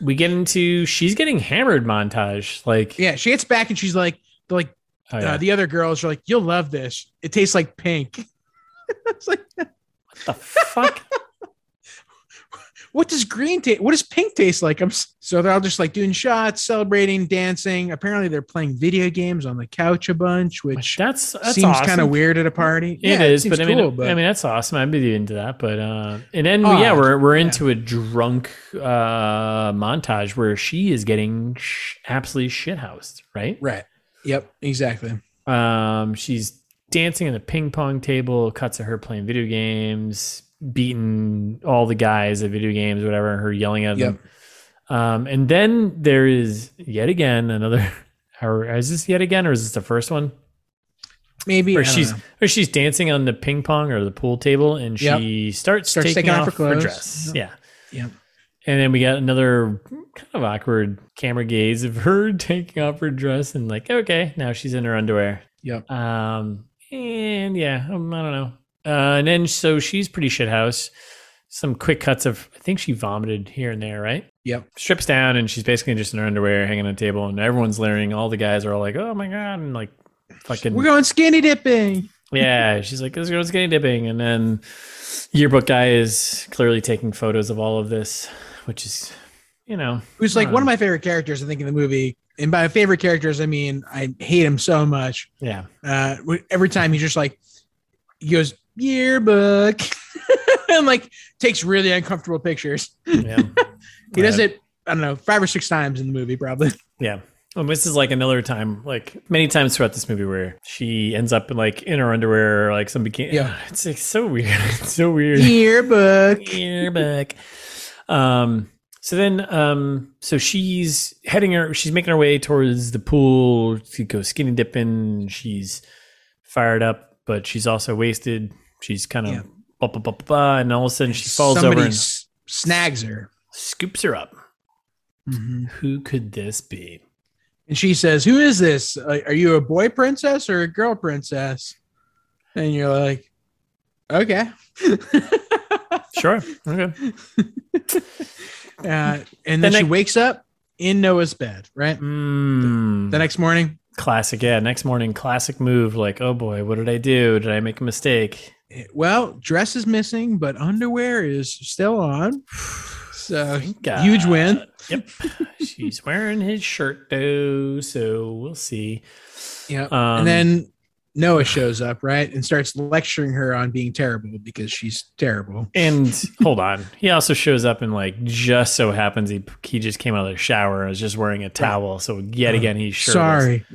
B: we get into she's getting hammered montage. Like
A: Yeah, she gets back and she's like, like
B: oh,
A: uh, the other girls are like, "You'll love this. It tastes like pink." it's like,
B: the fuck?
A: what does green taste? What does pink taste like? I'm s- so they're all just like doing shots, celebrating, dancing. Apparently, they're playing video games on the couch a bunch, which
B: That's that's
A: seems
B: awesome.
A: kind of weird at a party.
B: It is,
A: seems
B: but I mean,
A: cool, but-
B: I mean that's awesome. I'd be into that, but uh, and then
A: Oh,
B: yeah, we're we're into a drunk uh montage where she is getting sh- absolutely shithoused, right?
A: right? Yep, exactly.
B: Um, she's dancing on a ping pong table, cuts of her playing video games, beating all the guys at video games, whatever. Her yelling at them, um, and then there is yet again another. Or is this yet again, or is this the first one?
A: Maybe I
B: Or
A: don't
B: she's
A: know.
B: or she's dancing on the ping pong or the pool table, and
A: Yep.
B: she starts,
A: Starts
B: taking, off, her,
A: clothes.
B: dress. Yeah.
A: Yep.
B: And then we got another kind of awkward camera gaze of her taking off her dress, and like, okay, now she's in her underwear.
A: Yep.
B: Um. And yeah, um, I don't know. Uh, and then so she's pretty shithouse. some quick cuts of I think she vomited here and there, right?
A: Yep.
B: Strips down and she's basically just in her underwear hanging on a table and everyone's leering. All the guys are all like, Oh my god, and like fucking
A: We're going skinny dipping.
B: yeah, she's like, this girl's getting dipping. And then yearbook guy is clearly taking photos of all of this, which is, you know,
A: Who's like
B: Huh.
A: one of my favorite characters, I think, in the movie. And by favorite characters, I mean I hate him so much.
B: yeah.
A: Uh, w- every time he's just like, he goes yearbook, and like takes really uncomfortable pictures.
B: yeah.
A: He does
B: Yeah.
A: it, I don't know, five or six times in the movie, probably.
B: Yeah. Um, this is like another time, like many times throughout this movie, where she ends up like in her underwear, or, like some bikini.
A: Yeah.
B: it's like so weird. It's so weird.
A: yearbook.
B: yearbook. Um, so then, um, so she's heading her, she's making her way towards the pool to go skinny dipping. She's fired up, but she's also wasted. She's kind of
A: Yeah.
B: blah, blah, blah, blah, blah, and all of a sudden she falls
A: Somebody
B: over and
A: s- snags her, Mm-hmm.
B: scoops her up. Who could this be?
A: and she says, "Who is this? Uh, Are you a boy princess or a girl princess?" And you're like, "Okay."
B: Sure. Okay.
A: Uh, and then she
B: next-
A: wakes up in Noah's bed, right?
B: Mm.
A: The next morning,
B: classic. Yeah. Next morning, classic move. Like, oh boy, what did I do? Did I make a mistake?
A: eh, well, dress is missing, but underwear is still on. So
B: God.
A: huge win.
B: Yep. She's wearing his shirt though, so we'll see.
A: Yeah.
B: Um,
A: and then Noah shows up, right? And starts lecturing her on being terrible because she's terrible.
B: and hold on. He also shows up and like just so happens he he just came out of the shower and was just wearing a towel. So yet again he's shirtless.
A: Uh, Sorry.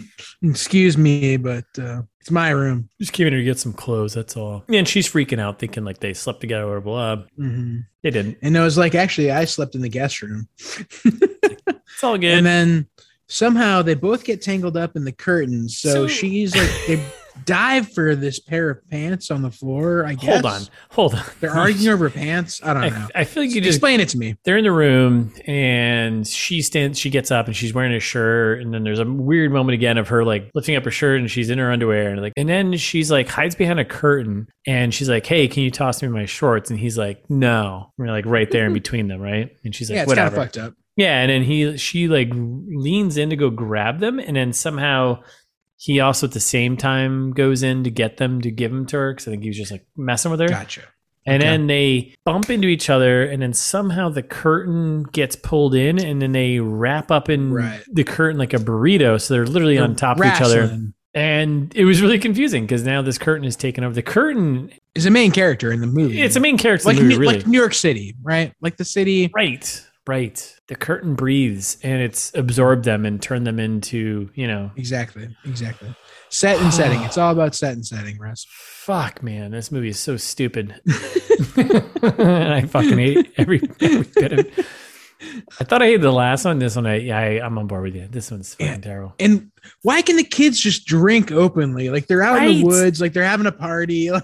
A: Yeah. Excuse me, but uh, it's my room.
B: Just came in here to get some clothes, that's all. And she's freaking out, thinking like they slept together or blah.
A: Mhm.
B: They didn't.
A: And Noah's like, actually, I slept in the guest room.
B: It's all good.
A: and then somehow they both get tangled up in the curtains. So,
B: So-
A: she's like, they dive for this pair of pants on the floor. I guess.
B: hold on. Hold on.
A: They're arguing over pants. I don't know.
B: I, I feel like you just
A: Explain it to me.
B: they're in the room and she stands she gets up and she's wearing a shirt and then there's a weird moment again of her like lifting up her shirt and she's in her underwear and like and then she's like hides behind a curtain and she's like hey can you toss me my shorts and he's like no and we're like right there in between them right and she's
A: Mm-hmm.
B: like
A: Yeah, it's kind of
B: whatever
A: fucked up.
B: yeah and then he she like leans in to go grab them and then somehow he also at the same time goes in to get them to give them to her because i think he was just like messing with her
A: Gotcha.
B: and
A: Okay.
B: then they bump into each other, and then somehow the curtain gets pulled in, and then they wrap up in
A: Right.
B: the curtain like a burrito. So they're literally Mm, on top of each other.
A: Rasslin
B: And it was really confusing because now this curtain is taken over. The curtain,
A: Is a main character in the movie.
B: it's a main character
A: like
B: in the movie,
A: New,
B: really.
A: like New York City, right? Like the city.
B: right, right. The curtain breathes and it's absorbed them and turned them into, you know,
A: Exactly. Exactly. Set and setting. It's all about set and setting, Russ.
B: fuck, man, this movie is so stupid. I fucking hate every, every bit of it. I thought I hated the last one. This one, I, yeah, I I'm on board with you. This one's fucking
A: Yeah.
B: terrible.
A: And why can the kids just drink openly? Like they're out in
B: Right.
A: the woods, like they're having a party.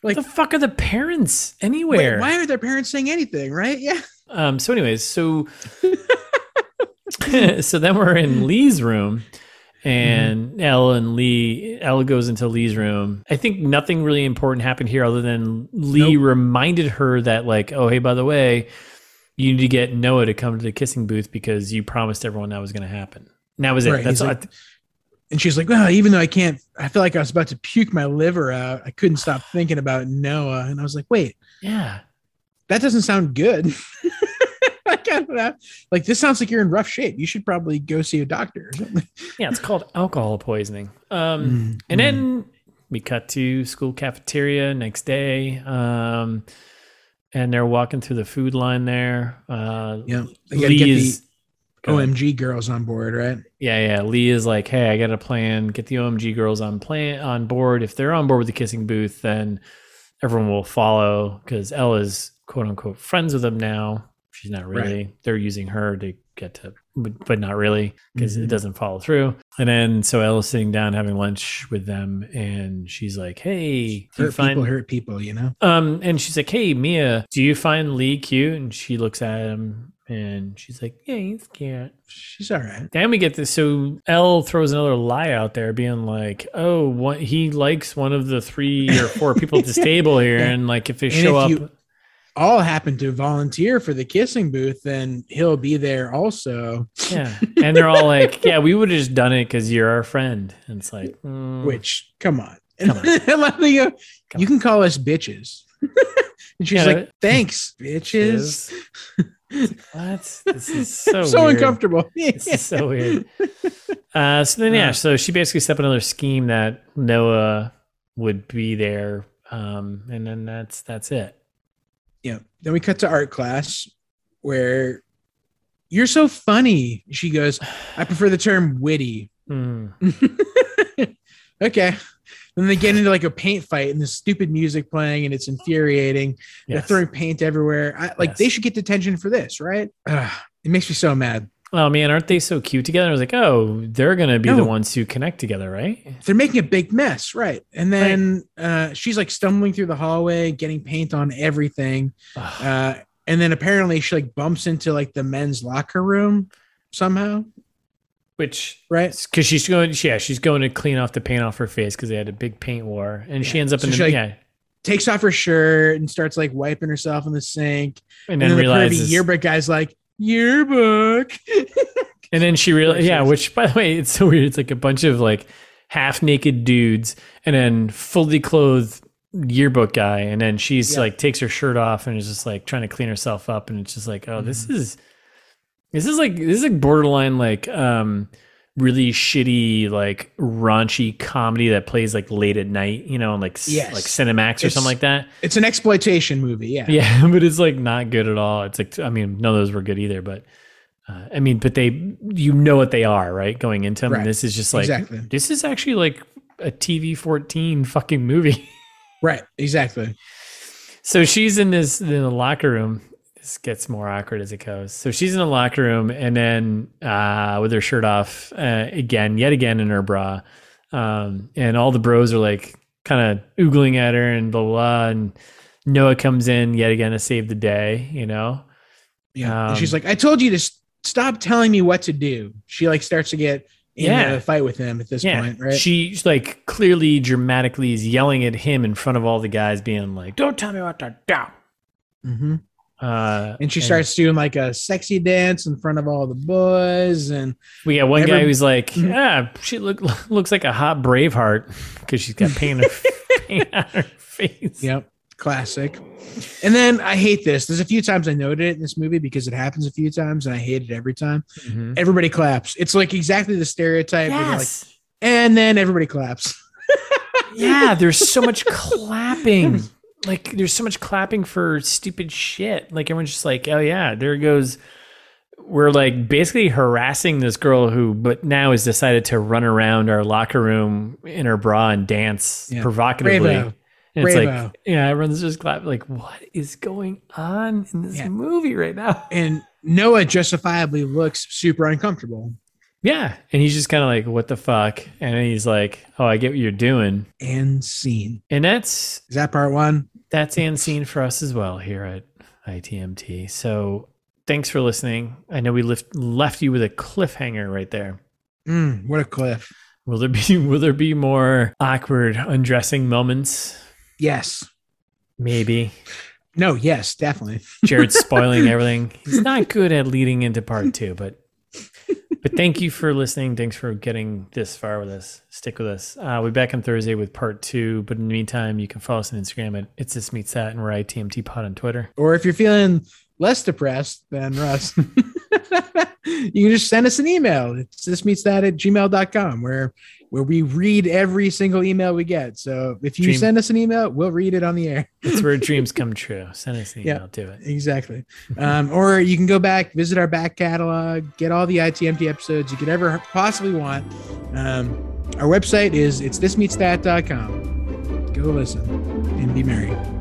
A: Like Like-
B: the fuck are the parents
A: wait,
B: anywhere?
A: why are their parents saying anything, right? Yeah.
B: Um. So, anyways, so so then we're in Lee's room, and
A: Mm-hmm.
B: Elle and Lee. Elle goes into Lee's room. I think nothing really important happened here, other than Lee reminded her that, like, oh hey, by the way, you need to get Noah to come to the kissing booth because you promised everyone that was going to happen. And that was it.
A: Right,
B: That's
A: he's
B: all.
A: like- And she's like, Well, even though I can't I feel like I was about to puke my liver out. I couldn't stop thinking about Noah. And I was like, wait,
B: yeah.
A: that doesn't sound good. like, I don't know. like this sounds like you're in rough shape. You should probably go see a doctor. or something.
B: Yeah. It's called alcohol poisoning. Um.
A: Hmm.
B: And then we cut to school cafeteria next day. Um, and they're walking through the food line there. Uh,
A: yeah, they gotta
B: Lee
A: get the
B: is, Go ahead.
A: OMG girls on board, right?
B: yeah, yeah. Lee is like, hey, I got a plan. Get the OMG girls on plan on board. If they're on board with the kissing booth, then everyone will follow because Ella's quote unquote friends with them now. She's not
A: Right.
B: really. They're using her to get to, but, but not really because it
A: Mhm.
B: doesn't follow through. And then so Ella's sitting down having lunch with them, and she's like, hey, do you
A: Hurt
B: find
A: people hurt people, you know?
B: um, and she's like, "Hey, Mia, do you find Lee cute?" And she looks at him, and she's like, "Yeah, he's cute."
A: She's all right.
B: Then we get this. So L throws another lie out there, being like, "Oh, what he likes one of the three or four people at this table here, and like if they
A: And
B: show
A: if
B: up,
A: you- all happen to volunteer for the kissing booth, then he'll be there also.
B: Yeah. And they're all like, yeah, we would have just done it because you're our friend. And it's like, mm,
A: Which, come on.
B: Come on.
A: Let me go.
B: Come
A: you can call us bitches. and she's
B: Yeah,
A: like,
B: that-
A: thanks, bitches.
B: is- what? This is so,
A: so
B: weird.
A: uncomfortable.
B: This is so weird. Uh, so then, yeah,
A: Yeah.
B: so she basically set up another scheme that Noah would be there, um, and then that's that's it.
A: Yeah. Then we cut to art class where you're so funny. She goes, I prefer the term witty.
B: Mm.
A: okay. Then they get into like a paint fight and the stupid music playing and it's infuriating. They're
B: Yes.
A: throwing paint everywhere. I, like they
B: Yes.
A: should get detention for this, right? Ugh, it makes me so mad.
B: Oh man, aren't they so cute together? I was like, oh, they're gonna be
A: No.
B: the ones who connect together, right?
A: They're making a big mess, right? And then Uh, she's like stumbling through the hallway, getting paint on everything.
B: Ugh.
A: Uh, and then apparently she like bumps into like the men's locker room somehow,
B: Which
A: right?
B: because she's going, yeah, she's going to clean off the paint off her face because they had a big paint war, and she
A: Yeah.
B: ends up
A: So
B: in the
A: she, like,
B: yeah,
A: takes off her shirt and starts like wiping herself in the sink.
B: and
A: And,
B: then,
A: then, the
B: realizes,
A: pervy yearbook guy's like, yearbook.
B: and then she realized, yeah,
A: Versus-
B: which by the way, it's so weird. It's like a bunch of like half naked dudes, and then fully clothed yearbook guy, and then she's
A: Yeah.
B: like takes her shirt off and is just like trying to clean herself up, and it's just like, oh,
A: Mm-hmm.
B: this is this is like this is like borderline like um really shitty like raunchy comedy that plays like late at night, you know, like c-
A: Yes.
B: like Cinemax or
A: It's-
B: something like that.
A: it's an exploitation movie. Yeah.
B: Yeah, but it's like not good at all. It's like I mean, none of those were good either. But uh, I mean, but they, you know what they are, right? Going into them,
A: Right.
B: and this is just like
A: Exactly.
B: this is actually like a TV fourteen fucking movie.
A: Right. Exactly.
B: so she's in this in the locker room. This gets more awkward as it goes. So she's in the locker room, and then uh, with her shirt off uh, again, yet again in her bra, um, and all the bros are like kind of oogling at her and blah blah. blah and Noah comes in yet again to save the day, you know.
A: Yeah. and
B: Um,
A: she's like, I told you to s- stop telling me what to do. She like starts to get in
B: Yeah.
A: a fight with him at this point, right?
B: She like clearly dramatically is yelling at him in front of all the guys, being like, "Don't tell me what to do."
A: hmm
B: Uh,
A: And she starts doing like a sexy dance in front of all the boys. And
B: We got one
A: every-
B: guy who's like,
A: Mhm.
B: "Yeah, she look looks like a hot Braveheart because she's got paint, on her, paint on her face."
A: Yep. Classic. And then I hate this. There's a few times I noted it in this movie because it happens a few times and I hate it every time.
B: Mhm.
A: Everybody claps. It's like exactly the stereotype. where they're Mm-hmm. like, and then everybody claps.
B: yeah. There's so much clapping. Like, there's so much clapping for stupid shit. Like everyone's just like, "Oh yeah, there goes." We're like basically harassing this girl who, but now has decided to run around our locker room in her bra and dance
A: Yeah.
B: provocatively.
A: Bravo.
B: And it's
A: Bravo.
B: like, yeah, everyone's just clapping. Like, what is going on in this
A: Yeah.
B: movie right now?
A: And Noah justifiably looks super uncomfortable.
B: Yeah. And he's just kind of like, what the fuck? And then he's like, oh, I get what you're doing.
A: And scene.
B: And that's,
A: Is that part one?
B: that's and scene for us as well here at ITMT. So thanks for listening. I know we left, left you with a cliffhanger right there.
A: Mm, what a cliff.
B: Will there be, will there be more awkward undressing moments?
A: Yes.
B: Maybe.
A: No, yes, definitely.
B: Jared's spoiling everything. He's not good at leading into part two, but but thank you for listening. Thanks for getting this far with us. Stick with us. Uh, we'll be back on Thursday with part two. But in the meantime, you can follow us on Instagram at It's This Meets That, and we're ITMT Pod on Twitter.
A: Or if you're feeling less depressed than Russ, you can just send us an email. It's this meets that at gmail.com where where we read every single email we get. So if you
B: Dream-
A: send us an email, we'll read it on the air.
B: It's where dreams come true. Send us an
A: Yeah.
B: email. Do it.
A: Exactly. Um, or you can go back, visit our back catalog, get all the ITMT episodes you could ever possibly want. Um, our website is it's thismeetsthat.com. Go listen and be merry.